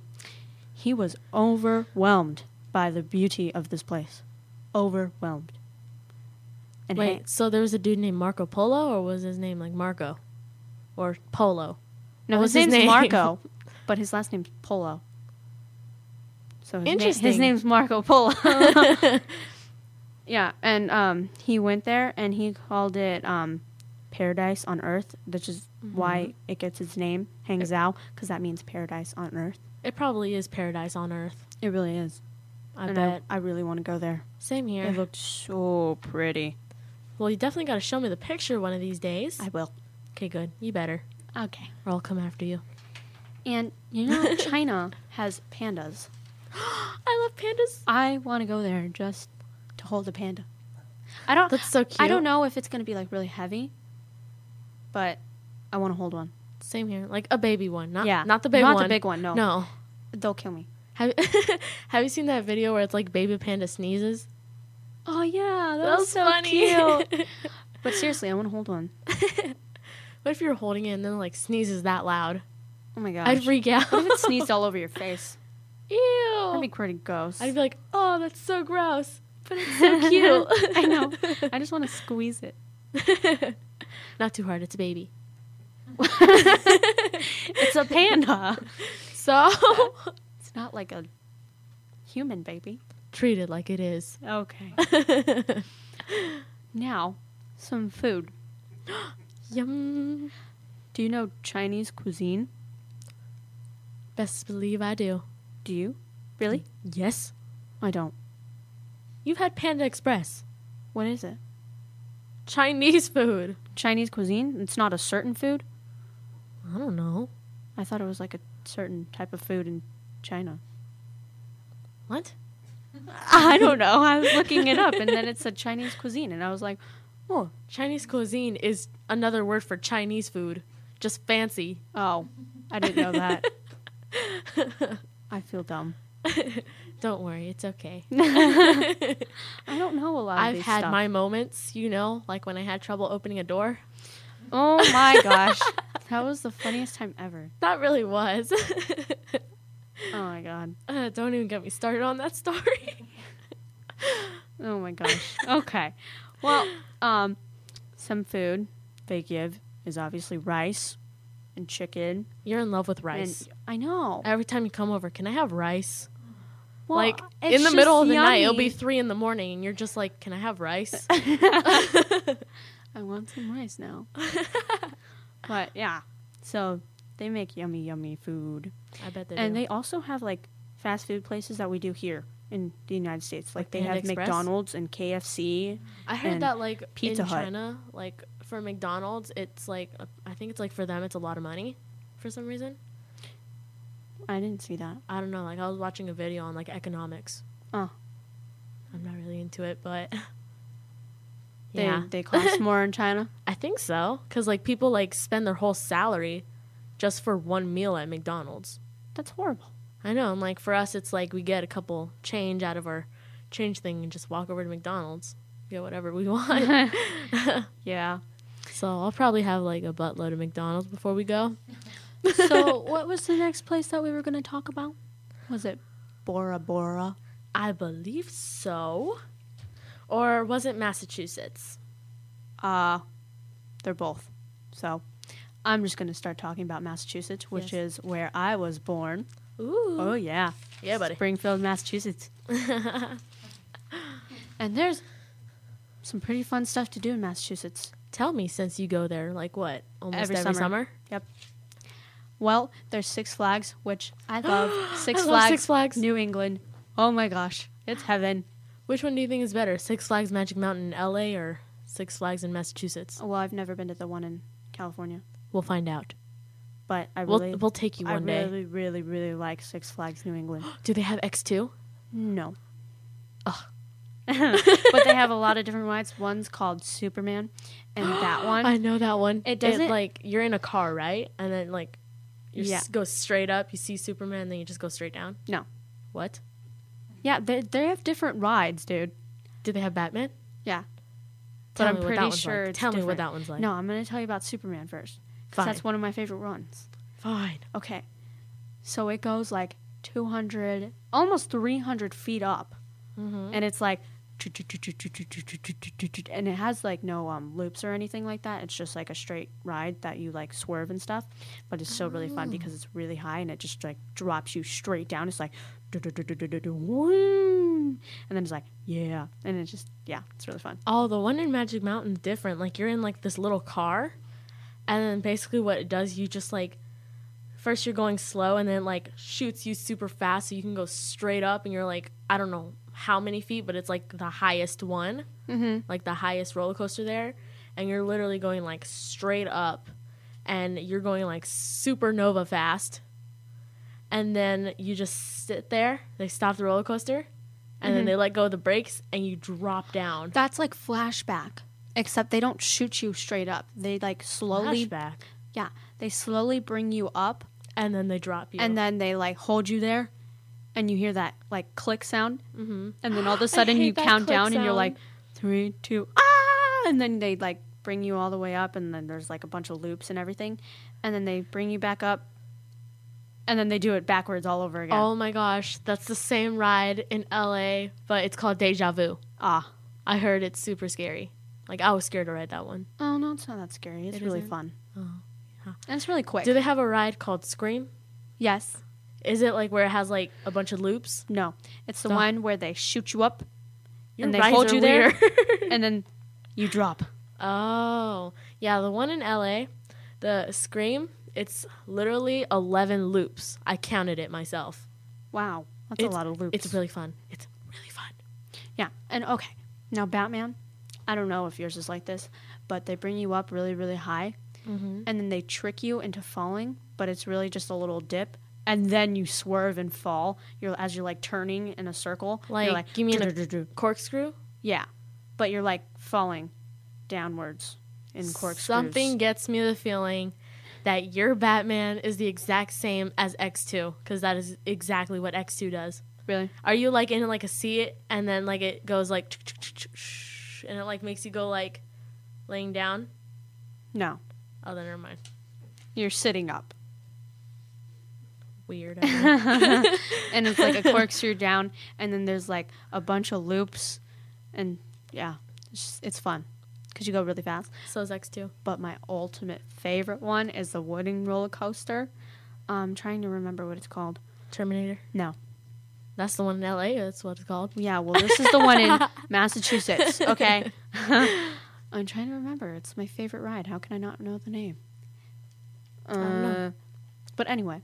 Speaker 4: he was overwhelmed by the beauty of this place. Overwhelmed. And
Speaker 3: Wait.
Speaker 4: hang-
Speaker 3: So there was a dude named Marco Polo, or was his name like Marco, or Polo?
Speaker 4: No,
Speaker 3: What
Speaker 4: his
Speaker 3: was his
Speaker 4: name's
Speaker 3: name?
Speaker 4: Marco, but his last name's Polo. So his, na- his
Speaker 3: Interesting.
Speaker 4: name's Marco Polo. yeah, and um, he went there and he called it um, Paradise on Earth, which is why it gets its name, Hangzhou, because that means paradise on Earth.
Speaker 3: It probably is paradise on earth.
Speaker 4: It really is.
Speaker 3: I
Speaker 4: and
Speaker 3: bet.
Speaker 4: I, I really want to go there.
Speaker 3: Same here.
Speaker 4: It looked so pretty.
Speaker 3: well, you definitely got to show me the picture one of these days.
Speaker 4: I will.
Speaker 3: okay, good. You better,
Speaker 4: Okay.
Speaker 3: or I'll come after you.
Speaker 4: And you know, China has pandas.
Speaker 3: I love pandas.
Speaker 4: I want to go there just to hold a panda. I don't.
Speaker 3: That's so cute.
Speaker 4: I don't know if it's gonna be like really heavy, but I want to hold one.
Speaker 3: Same here, like a baby one, not
Speaker 4: Yeah.
Speaker 3: not the big
Speaker 4: Not the
Speaker 3: one,
Speaker 4: big one, no.
Speaker 3: no.
Speaker 4: They'll kill me.
Speaker 3: Have Have you seen that video where it's like baby panda sneezes?
Speaker 4: Oh yeah, that,
Speaker 3: That
Speaker 4: was
Speaker 3: was
Speaker 4: so
Speaker 3: funny.
Speaker 4: cute. but seriously, I want to hold one.
Speaker 3: What if you're holding it and then like sneezes that loud?
Speaker 4: Oh my gosh.
Speaker 3: I'd freak out.
Speaker 4: What if it sneezed all over your face? That'd be
Speaker 3: Ew.
Speaker 4: pretty gross.
Speaker 3: I'd be like, oh, that's so gross, but it's so cute.
Speaker 4: I know. I just want to squeeze it.
Speaker 3: Not too hard. It's a baby.
Speaker 4: It's a panda.
Speaker 3: So
Speaker 4: it's not like a human baby.
Speaker 3: treat it like it is.
Speaker 4: Okay. now, some food.
Speaker 3: Yum.
Speaker 4: Do you know Chinese cuisine?
Speaker 3: Best believe I do.
Speaker 4: Do you? Really?
Speaker 3: Yes.
Speaker 4: I don't.
Speaker 3: You've had Panda Express.
Speaker 4: What is it?
Speaker 3: Chinese food.
Speaker 4: Chinese cuisine? It's not a certain food?
Speaker 3: I don't know.
Speaker 4: I thought it was like a certain type of food in China.
Speaker 3: What?
Speaker 4: I don't know. I was looking it up and then it said Chinese cuisine and I was like, oh,
Speaker 3: Chinese cuisine is another word for Chinese food. Just fancy.
Speaker 4: oh, I didn't know that. I feel dumb.
Speaker 3: Don't worry, it's okay.
Speaker 4: I don't know a lot of
Speaker 3: I've
Speaker 4: these
Speaker 3: had
Speaker 4: stuff.
Speaker 3: my moments, you know, like when I had trouble opening a door.
Speaker 4: Oh my gosh. That was the funniest time ever.
Speaker 3: That really was.
Speaker 4: Oh my god.
Speaker 3: uh, don't even get me started on that story.
Speaker 4: Oh my gosh. Okay. Well, um, some food they give is obviously rice and chicken.
Speaker 3: You're in love with rice.
Speaker 4: And I know.
Speaker 3: Every time you come over, can I have rice?
Speaker 4: Well,
Speaker 3: like
Speaker 4: it's
Speaker 3: in the
Speaker 4: just
Speaker 3: middle of the night, it'll
Speaker 4: yummy.
Speaker 3: be three in the morning, and you're just like, "Can I have rice?"
Speaker 4: I want some rice now. but yeah, so they make yummy, yummy food,
Speaker 3: I bet they
Speaker 4: and
Speaker 3: do.
Speaker 4: they also have like fast food places that we do here in the United States. Like,
Speaker 3: Like
Speaker 4: they
Speaker 3: Panda
Speaker 4: have
Speaker 3: Express?
Speaker 4: McDonald's and KFC.
Speaker 3: I heard
Speaker 4: and
Speaker 3: that like
Speaker 4: Pizza
Speaker 3: in
Speaker 4: Hut.
Speaker 3: China, like for McDonald's, it's like a- I think it's like for them, it's a lot of money for some reason.
Speaker 4: I didn't see that.
Speaker 3: I don't know. Like I was watching a video on like economics.
Speaker 4: Oh,
Speaker 3: I'm not really into it, but
Speaker 4: they
Speaker 3: yeah,
Speaker 4: they cost more in China.
Speaker 3: I think so. Cause like people like spend their whole salary just for one meal at McDonald's.
Speaker 4: That's horrible.
Speaker 3: I know. And like for us, it's like we get a couple change out of our change thing and just walk over to McDonald's, get whatever we want.
Speaker 4: Yeah.
Speaker 3: so I'll probably have like a buttload of McDonald's before we go.
Speaker 4: so what was the next place that we were going to talk about? Was it Bora Bora?
Speaker 3: I believe so. Or was it Massachusetts?
Speaker 4: Uh, they're both. So I'm just going to start talking about Massachusetts, which is where I was born.
Speaker 3: Ooh.
Speaker 4: Oh, yeah.
Speaker 3: Yeah, buddy.
Speaker 4: Springfield, Massachusetts. and there's some pretty fun stuff to do in Massachusetts.
Speaker 3: Tell me since you go there, like what? Almost every,
Speaker 4: Every
Speaker 3: summer.
Speaker 4: summer. Yep. Well, there's Six Flags, which I love.
Speaker 3: I
Speaker 4: Six,
Speaker 3: love
Speaker 4: Flags,
Speaker 3: Six Flags.
Speaker 4: New England. Oh my gosh, it's heaven.
Speaker 3: Which one do you think is better? Six Flags Magic Mountain in LA or Six Flags in Massachusetts?
Speaker 4: Well, I've never been to the one in California,
Speaker 3: We'll find out.
Speaker 4: but I
Speaker 3: We'll,
Speaker 4: really,
Speaker 3: we'll take you
Speaker 4: I
Speaker 3: one day.
Speaker 4: really, really, really like Six Flags New England.
Speaker 3: Do they have X2?
Speaker 4: No. but they have a lot of different rides. One's called Superman, and that one.
Speaker 3: I know that one.
Speaker 4: It doesn't-
Speaker 3: like you're in a car, right? And then like you
Speaker 4: Yeah.
Speaker 3: s- go straight up, you see Superman, then you just go straight down.
Speaker 4: no.
Speaker 3: What?
Speaker 4: Yeah, they they have different rides, dude.
Speaker 3: Do they have Batman?
Speaker 4: Yeah.
Speaker 3: Tell
Speaker 4: but
Speaker 3: me
Speaker 4: I'm
Speaker 3: what
Speaker 4: pretty
Speaker 3: that one's
Speaker 4: sure
Speaker 3: like.
Speaker 4: it's
Speaker 3: Tell me what
Speaker 4: different.
Speaker 3: that one's like.
Speaker 4: No, I'm going to tell you about Superman first. 'cause
Speaker 3: Fine.
Speaker 4: That's one of my favorite runs.
Speaker 3: Fine.
Speaker 4: Okay. So it goes like 200, almost 300 feet up. And it's like, and it has like no um, loops or anything like that. It's just like a straight ride that you like swerve and stuff. But it's still really fun because it's really high and it just like drops you straight down. It's like, and then it's like, yeah. And it's just, yeah, it's really fun.
Speaker 3: Oh, the one in Magic Mountain's different. Like you're in like this little car, and then basically what it does, you just like first you're going slow, and then like shoots you super fast, so you can go straight up, and you're like I don't know how many feet, but it's like the highest one, mm-hmm. like the highest roller coaster there, and you're literally going like straight up, and you're going like supernova fast, and then you just sit there. They stop the roller coaster. And then they let go of the brakes and you drop down.
Speaker 4: That's like flashback, except they don't shoot you straight up. They like slowly,
Speaker 3: flashback,
Speaker 4: yeah, they slowly bring you up
Speaker 3: and then they drop you.
Speaker 4: and then they like hold you there and you hear that like click sound mm-hmm. and then all of a sudden
Speaker 3: hate
Speaker 4: you
Speaker 3: that
Speaker 4: count
Speaker 3: click
Speaker 4: down and you're
Speaker 3: sound.
Speaker 4: like three two ah and then they like bring you all the way up and then there's like a bunch of loops and everything and then they bring you back up and then they do it backwards all over again
Speaker 3: oh my gosh, that's the same ride in LA, but it's called Deja Vu.
Speaker 4: ah
Speaker 3: I heard it's super scary. Like I was scared to ride that one.
Speaker 4: oh no it's not that scary it's
Speaker 3: It
Speaker 4: really
Speaker 3: isn't? Oh,
Speaker 4: fun and it's really quick
Speaker 3: Do they have a ride called Scream?
Speaker 4: yes
Speaker 3: Is it like where it has like a bunch of loops?
Speaker 4: no it's the
Speaker 3: Don't-
Speaker 4: one where they shoot you up
Speaker 3: Your
Speaker 4: and they
Speaker 3: rides
Speaker 4: hold
Speaker 3: are
Speaker 4: you there
Speaker 3: weird.
Speaker 4: and then you drop
Speaker 3: oh, yeah, the one in LA, the Scream. It's literally eleven loops. I counted it myself.
Speaker 4: wow that's
Speaker 3: It's-
Speaker 4: a lot of loops
Speaker 3: It's really fun. It's really fun.
Speaker 4: Yeah, and okay. Now Batman, I don't know if yours is like this, but they bring you up really, really high,
Speaker 3: Mm-hmm.
Speaker 4: and then they trick you into falling, but it's really just a little dip, and then you swerve and fall. You're as you're like turning in a circle.
Speaker 3: Like,
Speaker 4: you're
Speaker 3: you mean a
Speaker 4: "Doo-doo-doo-doo."
Speaker 3: corkscrew?
Speaker 4: yeah, but you're like falling downwards in corkscrews.
Speaker 3: Something gets me the feeling that your Batman is the exact same as X2 because that is exactly what X2 does.
Speaker 4: really.
Speaker 3: Are you like in like a seat and then like it goes like and it like makes you go like laying down?
Speaker 4: No,
Speaker 3: Oh, then never mind.
Speaker 4: you're sitting up,
Speaker 3: Weird. I don't know.
Speaker 4: and it's like a corkscrew down, and then there's like a bunch of loops, and yeah, it's, just, it's fun. because you go really fast.
Speaker 3: So is X2.
Speaker 4: But my ultimate favorite one is the wooden roller coaster. I'm trying to remember what it's called.
Speaker 3: Terminator.
Speaker 4: No.
Speaker 3: That's the one in LA. That's what it's called.
Speaker 4: Yeah, well, this is the one in Massachusetts. Okay. I'm trying to remember. It's my favorite ride. How can I not know the name?
Speaker 3: don't know.
Speaker 4: Uh, But anyway,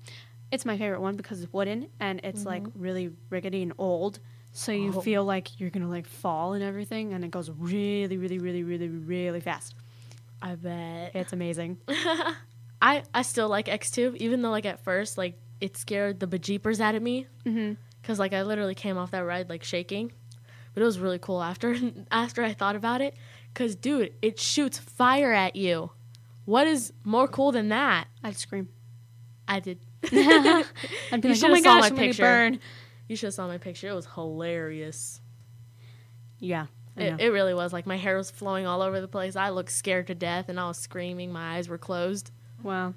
Speaker 4: it's my favorite one because it's wooden and it's like
Speaker 3: Mm-hmm.
Speaker 4: really rickety and old. So
Speaker 3: Oh.
Speaker 4: you feel like you're going to like fall and everything and it goes really really really really really fast.
Speaker 3: I bet.
Speaker 4: It's amazing.
Speaker 3: I, I still like X2, even though, like, at first, like, it scared the bejeepers out of me. Mm-hmm. Because, like, I literally came off that ride, like, shaking. But it was really cool after after I thought about it. Because, dude, it shoots fire at you. What is more cool than that?
Speaker 4: I'd scream.
Speaker 3: I did.
Speaker 4: I'd be
Speaker 3: You
Speaker 4: like, "Oh
Speaker 3: should've
Speaker 4: my
Speaker 3: saw
Speaker 4: gosh,
Speaker 3: my
Speaker 4: I'm going to
Speaker 3: picture.
Speaker 4: burn."
Speaker 3: You should have saw my picture. It was hilarious.
Speaker 4: Yeah. I know.
Speaker 3: It, it really was. Like, my hair was flowing all over the place. I looked scared to death, and I was screaming. My eyes were closed.
Speaker 4: Wow.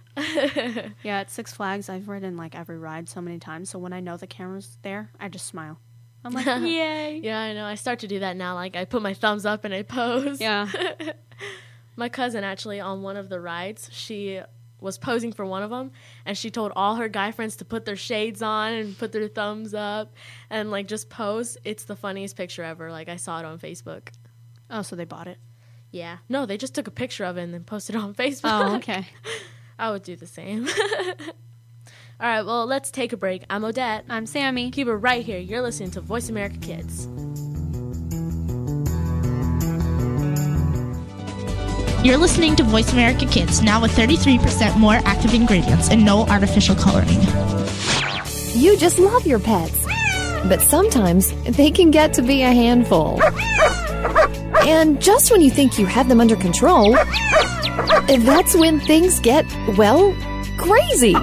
Speaker 4: yeah, at Six Flags, I've ridden like every ride so many times. So when I know the camera's there, I just smile. I'm like, yay.
Speaker 3: Yeah, I know. I start to do that now. Like I put my thumbs up and I pose.
Speaker 4: Yeah.
Speaker 3: My cousin actually on one of the rides, she was posing for one of them and she told all her guy friends to put their shades on and put their thumbs up and like just pose. It's the funniest picture ever. Like I saw it on Facebook.
Speaker 4: Oh, so they bought it.
Speaker 3: Yeah. No, they just took a picture of it and then posted it on Facebook.
Speaker 4: Oh, okay.
Speaker 3: I would do the same. all right, well, let's take a break. I'm Odette.
Speaker 4: I'm Sammy.
Speaker 3: Keep it right here. You're listening to Voice America Kids.
Speaker 7: You're listening to Voice America Kids, now with 33% more active ingredients and no artificial coloring.
Speaker 5: You just love your pets. But sometimes they can get to be a handful. And just when you think you have them under control, that's when things get, well, crazy.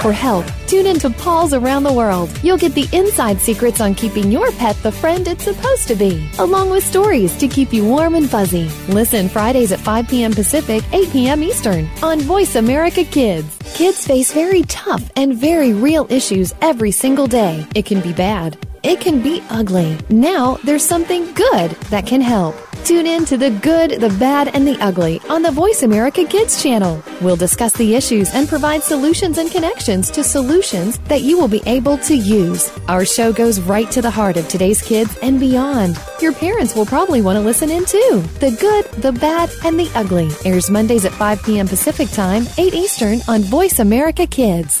Speaker 5: For help, tune into Paul's Around the World. You'll get the inside secrets on keeping your pet the friend it's supposed to be, along with stories to keep you warm and fuzzy. Listen Fridays at 5 p.m. Pacific, 8 p.m. Eastern on Voice America Kids. Kids face very tough and very real issues every single day. It can be bad. It can be ugly. Now there's something good that can help. Tune in to the good, the bad, and the ugly on the Voice America Kids channel. We'll discuss the issues and provide solutions and connections to solutions that you will be able to use. Our show goes right to the heart of today's kids and beyond. Your parents will probably want to listen in too. The good, the bad, and the ugly airs Mondays at 5 p.m. Pacific Time, 8 Eastern on Voice America Kids.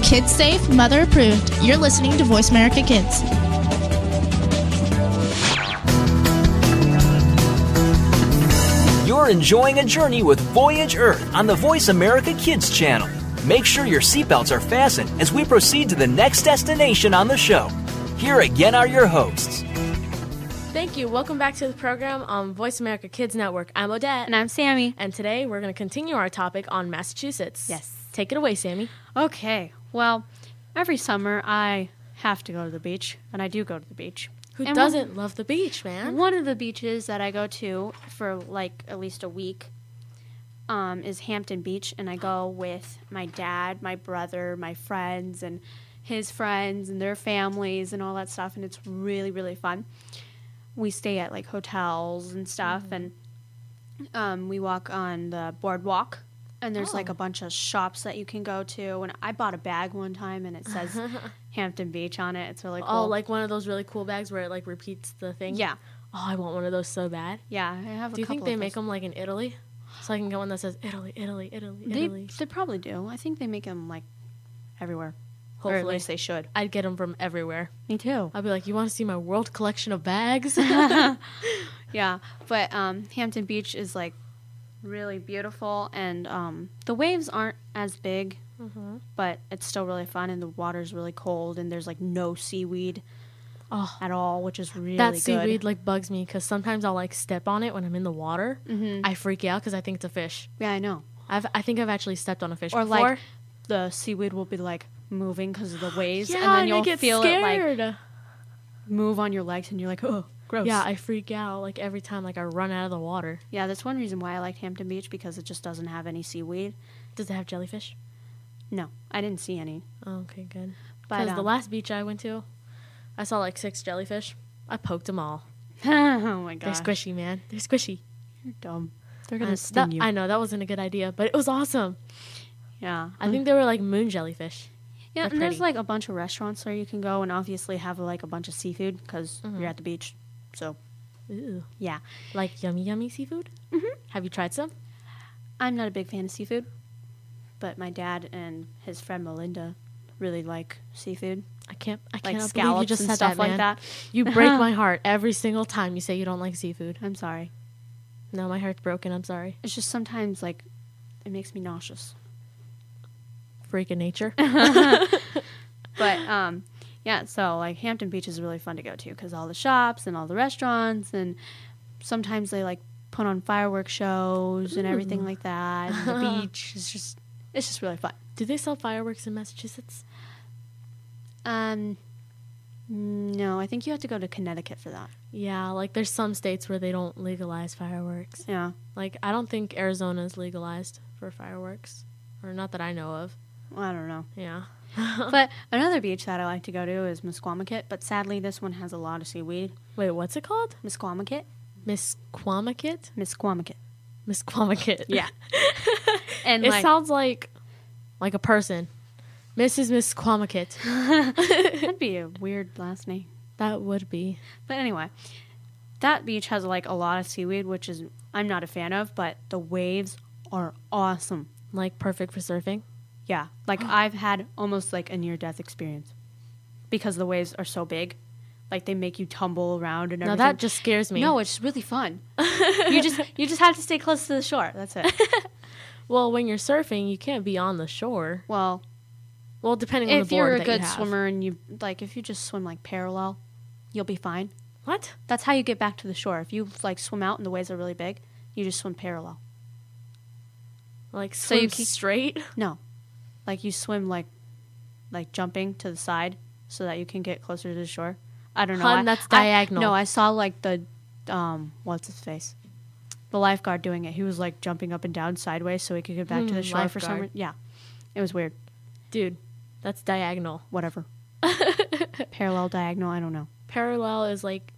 Speaker 7: Kids safe, mother approved. You're listening to Voice America Kids.
Speaker 2: You're enjoying a journey with Voyage Earth on the Voice America Kids channel. Make sure your seatbelts are fastened as we proceed to the next destination on the show. Here again are your hosts.
Speaker 3: Thank you. Welcome back to the program on Voice America Kids Network. I'm Odette.
Speaker 4: And I'm Sammy.
Speaker 3: And today we're going to continue our topic on Massachusetts.
Speaker 4: Yes.
Speaker 3: Take it away, Sammy.
Speaker 4: Okay. Well, every summer I have to go to the beach, and I do go to the beach.
Speaker 3: Who
Speaker 4: And one-
Speaker 3: doesn't love the beach, man?
Speaker 4: One of the beaches that I go to for like at least a week um, is Hampton Beach, and I go with my dad, my brother, my friends, and his friends and their families and all that stuff, and it's really really fun. We stay at like hotels and stuff,
Speaker 3: Mm-hmm.
Speaker 4: and um, we walk on the boardwalk. And there's
Speaker 3: Oh.
Speaker 4: like a bunch of shops that you can go to. And I bought a bag one time and it says Hampton Beach on it. It's really cool.
Speaker 3: Oh, like one of those really cool bags where it like repeats the thing.
Speaker 4: yeah,
Speaker 3: Oh, I want one of those so bad.
Speaker 4: yeah. I have.
Speaker 3: Do
Speaker 4: a
Speaker 3: you think
Speaker 4: couple
Speaker 3: they
Speaker 4: of
Speaker 3: make
Speaker 4: those.
Speaker 3: them like in Italy? So I can get one that says Italy, Italy, Italy,
Speaker 4: They,
Speaker 3: Italy.
Speaker 4: they probably do. I think they make them like everywhere. Or at
Speaker 3: Hopefully,
Speaker 4: least they should. Uh,
Speaker 3: I'd get them from everywhere.
Speaker 4: Me too.
Speaker 3: I'd be like, "You want to see my world collection of bags?"
Speaker 4: Yeah, but um, Hampton Beach is like really beautiful, and um, the waves aren't as big,
Speaker 3: Mm-hmm.
Speaker 4: but it's still really fun, and the water's really cold, and there's like no seaweed. at all, which is really
Speaker 3: Oh. that
Speaker 4: good.
Speaker 3: seaweed like bugs me because sometimes I'll like step on it when I'm in the water.
Speaker 4: Mm-hmm.
Speaker 3: I freak out because I think it's a fish.
Speaker 4: Yeah, I know.
Speaker 3: I've I think I've actually stepped on a fish
Speaker 4: Or
Speaker 3: before.
Speaker 4: like the seaweed will be like moving because of the waves,
Speaker 3: yeah,
Speaker 4: and then you'll
Speaker 3: I get
Speaker 4: feel it
Speaker 3: scared.
Speaker 4: like move on your legs, and you're like, oh, gross.
Speaker 3: yeah, I freak out like every time like I run out of the water.
Speaker 4: yeah. That's one reason why I liked Hampton Beach because it just doesn't have any seaweed.
Speaker 3: Does it have jellyfish?
Speaker 4: No, I didn't see any.
Speaker 3: Oh, okay, good.
Speaker 4: But,
Speaker 3: Because the
Speaker 4: um,
Speaker 3: last beach I went to, I saw like six jellyfish. I poked them all.
Speaker 4: oh my
Speaker 3: They're
Speaker 4: gosh,
Speaker 3: squishy, man. They're squishy.
Speaker 4: You're dumb. They're
Speaker 3: Uh,
Speaker 4: gonna
Speaker 3: that-
Speaker 4: sting you.
Speaker 3: I know that wasn't a good idea, but it was awesome.
Speaker 4: yeah,
Speaker 3: I think they were like moon jellyfish.
Speaker 4: yeah.
Speaker 3: they're
Speaker 4: And there's
Speaker 3: pretty.
Speaker 4: like a bunch of restaurants where you can go and obviously have like a bunch of seafood because
Speaker 3: Mm-hmm.
Speaker 4: you're at the beach. So
Speaker 3: Ooh,
Speaker 4: yeah,
Speaker 3: like yummy, yummy seafood. Mm-hmm. Have you tried some?
Speaker 4: I'm not a big fan of seafood, but my dad and his friend Melinda really like seafood,
Speaker 3: I can't. I
Speaker 4: like
Speaker 3: cannot believe you
Speaker 4: scallops
Speaker 3: just
Speaker 4: and
Speaker 3: said
Speaker 4: stuff
Speaker 3: that,
Speaker 4: like
Speaker 3: man.
Speaker 4: that.
Speaker 3: You break my heart every single time you say you don't like seafood.
Speaker 4: I'm sorry.
Speaker 3: No, my heart's broken. I'm sorry.
Speaker 4: It's just sometimes like it makes me nauseous.
Speaker 3: Freak of nature.
Speaker 4: But um, yeah. So like Hampton Beach is really fun to go to because all the shops and all the restaurants and sometimes they like put on fireworks shows and everything like that. And the beach is just it's just really fun.
Speaker 3: Do they sell fireworks in Massachusetts?
Speaker 4: Um, no, I think you have to go to Connecticut for that.
Speaker 3: Yeah, like there's some states where they don't legalize fireworks.
Speaker 4: Yeah.
Speaker 3: Like I don't think Arizona's legalized for fireworks, or not that I know of.
Speaker 4: Well, I don't know.
Speaker 3: Yeah.
Speaker 4: But another beach that I like to go to is Musquamacut, but sadly this one has a lot of seaweed.
Speaker 3: Wait, what's it called?
Speaker 4: Musquamacut?
Speaker 3: Miss Quamakit?
Speaker 4: Musquamacut.
Speaker 3: Miss Quamakit.
Speaker 4: Yeah. and
Speaker 3: it
Speaker 4: like,
Speaker 3: sounds like like a person. Mrs. Miss Quamakit.
Speaker 4: that'd be a weird last name.
Speaker 3: That would be.
Speaker 4: But anyway, that beach has like a lot of seaweed, which is I'm not a fan of, but the waves are awesome.
Speaker 3: Like perfect for surfing.
Speaker 4: Yeah. Like I've had almost like a near death experience because the waves are so big. Like they make you tumble around and
Speaker 3: Now
Speaker 4: everything.
Speaker 3: that just scares me.
Speaker 4: No, it's really fun. you just you just have to stay close to the shore. That's it.
Speaker 3: well, when you're surfing, you can't be on the shore.
Speaker 4: Well,
Speaker 3: Well, depending on the
Speaker 4: if
Speaker 3: board
Speaker 4: you're a
Speaker 3: that
Speaker 4: good
Speaker 3: you have.
Speaker 4: swimmer and you like if you just swim like parallel you'll be fine
Speaker 3: What?
Speaker 4: that's how you get back to the shore if you like swim out and the waves are really big you just swim parallel
Speaker 3: Like
Speaker 4: So
Speaker 3: swim
Speaker 4: you keep-
Speaker 3: straight?
Speaker 4: no like you swim like like jumping to the side so that you can get closer to the shore i don't know
Speaker 3: Hun,
Speaker 4: I-
Speaker 3: that's
Speaker 4: I-
Speaker 3: diagonal.
Speaker 4: no i saw like the um what's his face the lifeguard doing it he was like jumping up and down sideways so he could get back to the
Speaker 3: Hmm,
Speaker 4: shore for some
Speaker 3: lifeguard.
Speaker 4: reason yeah it was weird
Speaker 3: Dude, that's diagonal.
Speaker 4: whatever parallel diagonal i don't know
Speaker 3: Parallel is like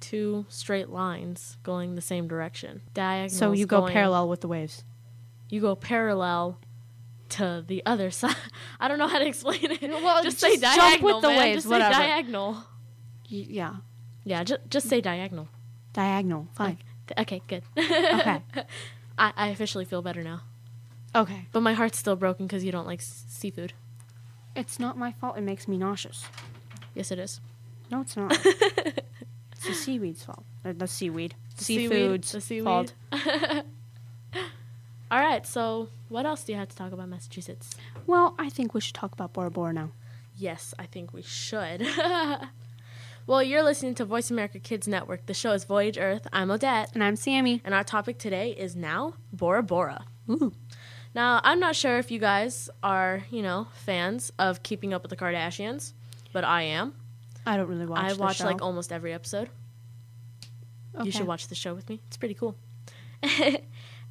Speaker 3: two straight lines going the same direction. Diagonal.
Speaker 4: so
Speaker 3: is
Speaker 4: you go
Speaker 3: going-
Speaker 4: parallel with the waves
Speaker 3: You go parallel to the other side. I don't know how to explain it.
Speaker 4: Well,
Speaker 3: just, say
Speaker 4: just jump
Speaker 3: diagonal.
Speaker 4: with the
Speaker 3: man.
Speaker 4: waves,
Speaker 3: Just say
Speaker 4: whatever.
Speaker 3: diagonal.
Speaker 4: Y- yeah
Speaker 3: Yeah, just just say diagonal.
Speaker 4: Diagonal. Fine.
Speaker 3: Okay, good.
Speaker 4: okay.
Speaker 3: I, I officially feel better now.
Speaker 4: Okay.
Speaker 3: But my heart's still broken because you don't like s- seafood.
Speaker 4: It's not my fault. It makes me nauseous.
Speaker 3: Yes, it is.
Speaker 4: No, it's not. it's the seaweed's fault. Uh, The seaweed.
Speaker 3: seaweed-
Speaker 4: Seafood's
Speaker 3: the seaweed.
Speaker 4: fault.
Speaker 3: All right, so what else do you have to talk about Massachusetts?
Speaker 4: Well, I think we should talk about Bora Bora now.
Speaker 3: Yes, I think we should. well, you're listening to Voice America Kids Network. The show is Voyage Earth. I'm Odette,
Speaker 4: And I'm Sammy.
Speaker 3: and our topic today is now Bora Bora. Now, I'm not sure if you guys are, you know, fans of Keeping Up with the Kardashians, but I am.
Speaker 4: I don't really watch.
Speaker 3: I
Speaker 4: the
Speaker 3: watch
Speaker 4: show.
Speaker 3: like almost every episode.
Speaker 4: Okay.
Speaker 3: You should watch the show with me. It's pretty cool.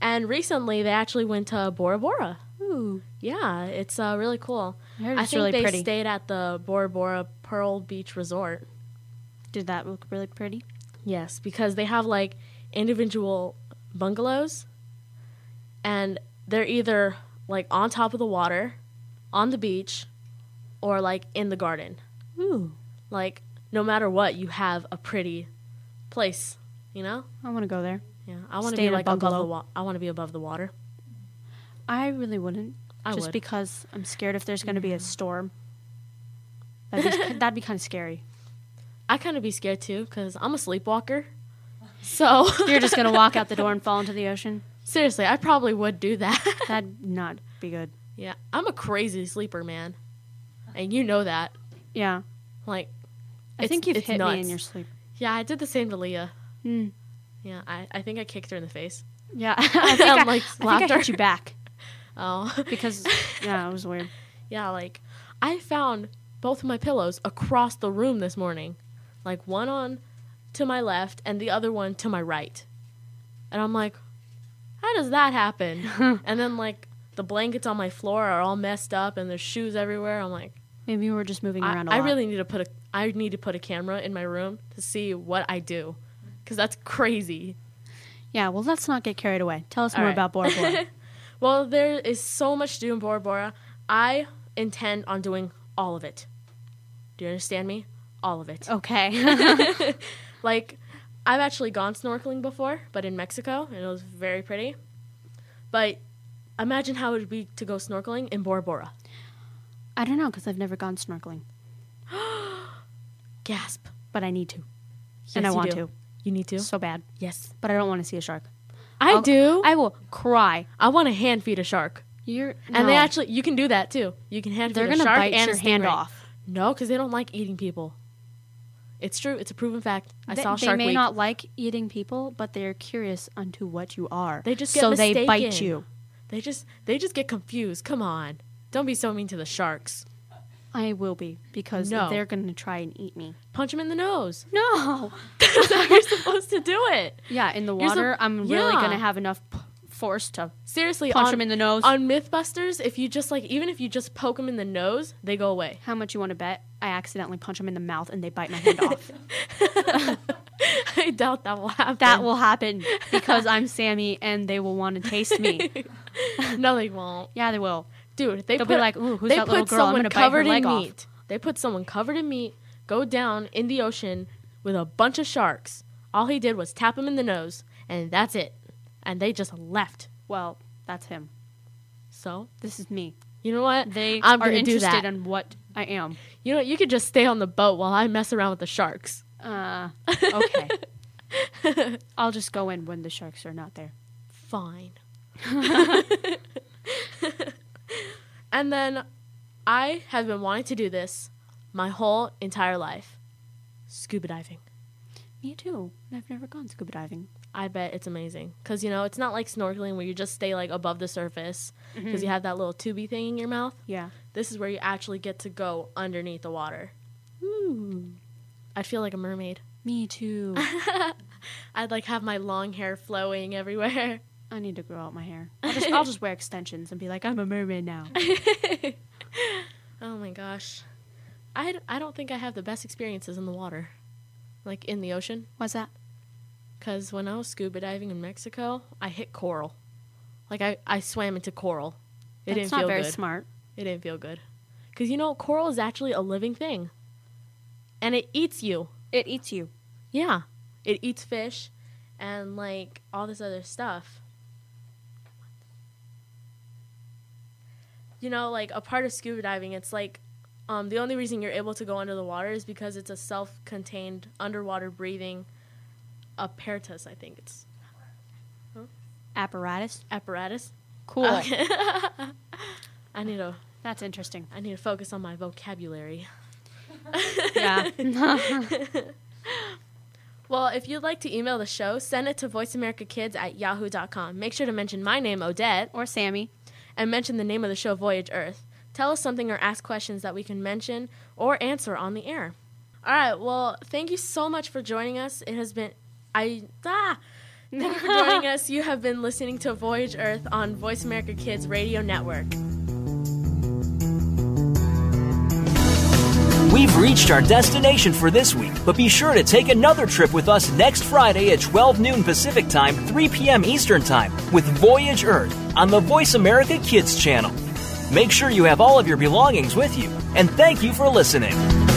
Speaker 3: and recently, they actually went to Bora Bora.
Speaker 4: Ooh.
Speaker 3: Yeah, it's uh, really cool.
Speaker 4: heard
Speaker 3: I
Speaker 4: it's
Speaker 3: think
Speaker 4: really
Speaker 3: they
Speaker 4: pretty.
Speaker 3: stayed at the Bora Bora Pearl Beach Resort.
Speaker 4: Did that look really pretty?
Speaker 3: Yes, because they have like individual bungalows, and they're either like on top of the water, on the beach, or like in the garden.
Speaker 4: Ooh.
Speaker 3: Like no matter what, you have a pretty place. You know?
Speaker 4: I want to go there.
Speaker 3: Yeah, I want to
Speaker 4: Stay
Speaker 3: be
Speaker 4: in a
Speaker 3: like above
Speaker 4: bungalow.
Speaker 3: the wa- I want to be above the water.
Speaker 4: I really wouldn't.
Speaker 3: I
Speaker 4: just
Speaker 3: would.
Speaker 4: because I'm scared if there's going to be a storm. That'd be, that'd be kind of scary.
Speaker 3: I kind of be scared too because I'm a sleepwalker. So
Speaker 4: You're just going to walk out the door and fall into the ocean.
Speaker 3: seriously, I probably would do that.
Speaker 4: That'd not be good.
Speaker 3: yeah, I'm a crazy sleeper, man, and you know that.
Speaker 4: Yeah.
Speaker 3: Like,
Speaker 4: I
Speaker 3: It's-
Speaker 4: think you've
Speaker 3: it's
Speaker 4: hit me in
Speaker 3: nuts.
Speaker 4: your sleep.
Speaker 3: Yeah, I did the same to Leah.
Speaker 4: Hmm.
Speaker 3: Yeah, I, I think I kicked her in the face.
Speaker 4: Yeah, I think, I,
Speaker 3: Like,
Speaker 4: I think I hit
Speaker 3: laughter.
Speaker 4: you back
Speaker 3: Oh,
Speaker 4: because yeah, it was weird.
Speaker 3: yeah, like I found both of my pillows across the room this morning, like one on to my left and the other one to my right, and I'm like, how does that happen? and then like the blankets on my floor are all messed up and there's shoes everywhere. I'm like,
Speaker 4: Maybe we were just moving
Speaker 3: I,
Speaker 4: around. a
Speaker 3: I
Speaker 4: lot.
Speaker 3: really need to put a I need to put a camera in my room to see what I do, because that's crazy.
Speaker 4: Yeah, well, let's not get carried away. Tell us
Speaker 3: All
Speaker 4: more
Speaker 3: right.
Speaker 4: about Bora Bora.
Speaker 3: Well, there is so much to do in Bora Bora. I intend on doing all of it. Do you understand me? All of it.
Speaker 4: okay.
Speaker 3: Like, I've actually gone snorkeling before, but in Mexico, and it was very pretty. But imagine how it would be to go snorkeling in Bora Bora.
Speaker 4: I don't know because I've never gone snorkeling,
Speaker 3: Gasp.
Speaker 4: but I need to, and I
Speaker 3: you
Speaker 4: want
Speaker 3: do. You need to?
Speaker 4: to so bad.
Speaker 3: Yes.
Speaker 4: But I don't want to see a shark.
Speaker 3: I
Speaker 4: I'll-
Speaker 3: do. I,
Speaker 4: I will cry.
Speaker 3: want to hand feed a shark.
Speaker 4: You're
Speaker 3: And they
Speaker 4: no.
Speaker 3: actually, you can do that too. You can hand feed
Speaker 4: they're
Speaker 3: a
Speaker 4: gonna
Speaker 3: shark
Speaker 4: bite
Speaker 3: and
Speaker 4: your
Speaker 3: a
Speaker 4: hand
Speaker 3: stingray.
Speaker 4: off.
Speaker 3: No, because they don't like eating people. It's true. It's a proven fact. I
Speaker 4: they,
Speaker 3: saw
Speaker 4: they
Speaker 3: Shark
Speaker 4: may
Speaker 3: Week.
Speaker 4: not like eating people, but they're curious unto what you are.
Speaker 3: They just get
Speaker 4: so they bite
Speaker 3: mistaken.
Speaker 4: you.
Speaker 3: They just they just get confused. Come on. Don't be so mean to the sharks.
Speaker 4: I will be because
Speaker 3: No.
Speaker 4: they're gonna try and eat me.
Speaker 3: Punch them in the nose.
Speaker 4: No.
Speaker 3: That's how you're supposed to do it.
Speaker 4: Yeah, in the
Speaker 3: You're so-
Speaker 4: water, I'm really
Speaker 3: Yeah.
Speaker 4: gonna have enough p- force to.
Speaker 3: Seriously,
Speaker 4: Punch
Speaker 3: on,
Speaker 4: 'em in the nose.
Speaker 3: On MythBusters, if you just like even if you just poke them in the nose, they go away.
Speaker 4: How much you want to bet? I accidentally punch them in the mouth and they bite my hand off.
Speaker 3: I doubt that will happen.
Speaker 4: That will happen because I'm Sammy and they will want to taste me.
Speaker 3: no, they won't.
Speaker 4: Yeah, they will.
Speaker 3: Dude, they
Speaker 4: They'll
Speaker 3: put,
Speaker 4: be like, "Ooh, who's
Speaker 3: they
Speaker 4: that
Speaker 3: put
Speaker 4: little girl? I'm
Speaker 3: someone
Speaker 4: gonna bite her
Speaker 3: covered
Speaker 4: leg
Speaker 3: in
Speaker 4: off."
Speaker 3: meat. They put someone covered in meat, go down in the ocean with a bunch of sharks. All he did was tap him in the nose, and that's it. And they just left.
Speaker 4: Well, that's him.
Speaker 3: So
Speaker 4: This is me.
Speaker 3: you know what?
Speaker 4: They
Speaker 3: I'm
Speaker 4: are
Speaker 3: gonna do
Speaker 4: interested
Speaker 3: that.
Speaker 4: in what I am.
Speaker 3: You know, you could just stay on the boat while I mess around with the sharks.
Speaker 4: Uh, okay. I'll just go in when the sharks are not there.
Speaker 3: Fine. and then I have been wanting to do this my whole entire life scuba diving.
Speaker 4: Me too. I've never gone scuba diving.
Speaker 3: I bet it's amazing. Because, you know, it's not like snorkeling where you just stay like above the surface because
Speaker 4: Mm-hmm.
Speaker 3: you have that little tubey thing in your mouth.
Speaker 4: Yeah.
Speaker 3: This is where you actually get to go underneath the water.
Speaker 4: Ooh.
Speaker 3: I'd feel like a mermaid.
Speaker 4: Me too.
Speaker 3: I'd like have my long hair flowing everywhere.
Speaker 4: I need to grow out my hair. I'll just, I'll just wear extensions and be like, I'm a mermaid now.
Speaker 3: Oh my gosh. I, d- I don't think I have the best experiences in the water, like in the ocean.
Speaker 4: What's that?
Speaker 3: Because when I was scuba diving in Mexico, I hit coral. Like I, I swam into coral. It
Speaker 4: That's
Speaker 3: didn't
Speaker 4: not
Speaker 3: feel
Speaker 4: very
Speaker 3: good.
Speaker 4: smart.
Speaker 3: It didn't feel good. Because you know, coral is actually a living thing. And it eats you.
Speaker 4: It eats you.
Speaker 3: Yeah. It eats fish and like all this other stuff. You know, like a part of scuba diving, it's like um, the only reason you're able to go under the water is because it's a self contained underwater breathing apparatus, I think it's
Speaker 4: Apparatus.
Speaker 3: apparatus.
Speaker 4: Cool.
Speaker 3: I need to
Speaker 4: That's interesting.
Speaker 3: I need to focus on my vocabulary.
Speaker 4: Yeah.
Speaker 3: Well, if you'd like to email the show, send it to voiceamericakids at yahoo.com. Make sure to mention my name, Odette,
Speaker 4: or Sammy.
Speaker 3: and mention the name of the show, Voyage Earth. Tell us something or ask questions that we can mention or answer on the air. All right, well, thank you so much for joining us. It has been. I. Ah! Thank you for joining us. You have been listening to Voyage Earth on Voice America Kids Radio Network.
Speaker 2: We've reached our destination for this week, but be sure to take another trip with us next Friday at 12 noon Pacific Time, 3 p.m. Eastern Time with Voyage Earth on the Voice America Kids channel. Make sure you have all of your belongings with you, and thank you for listening.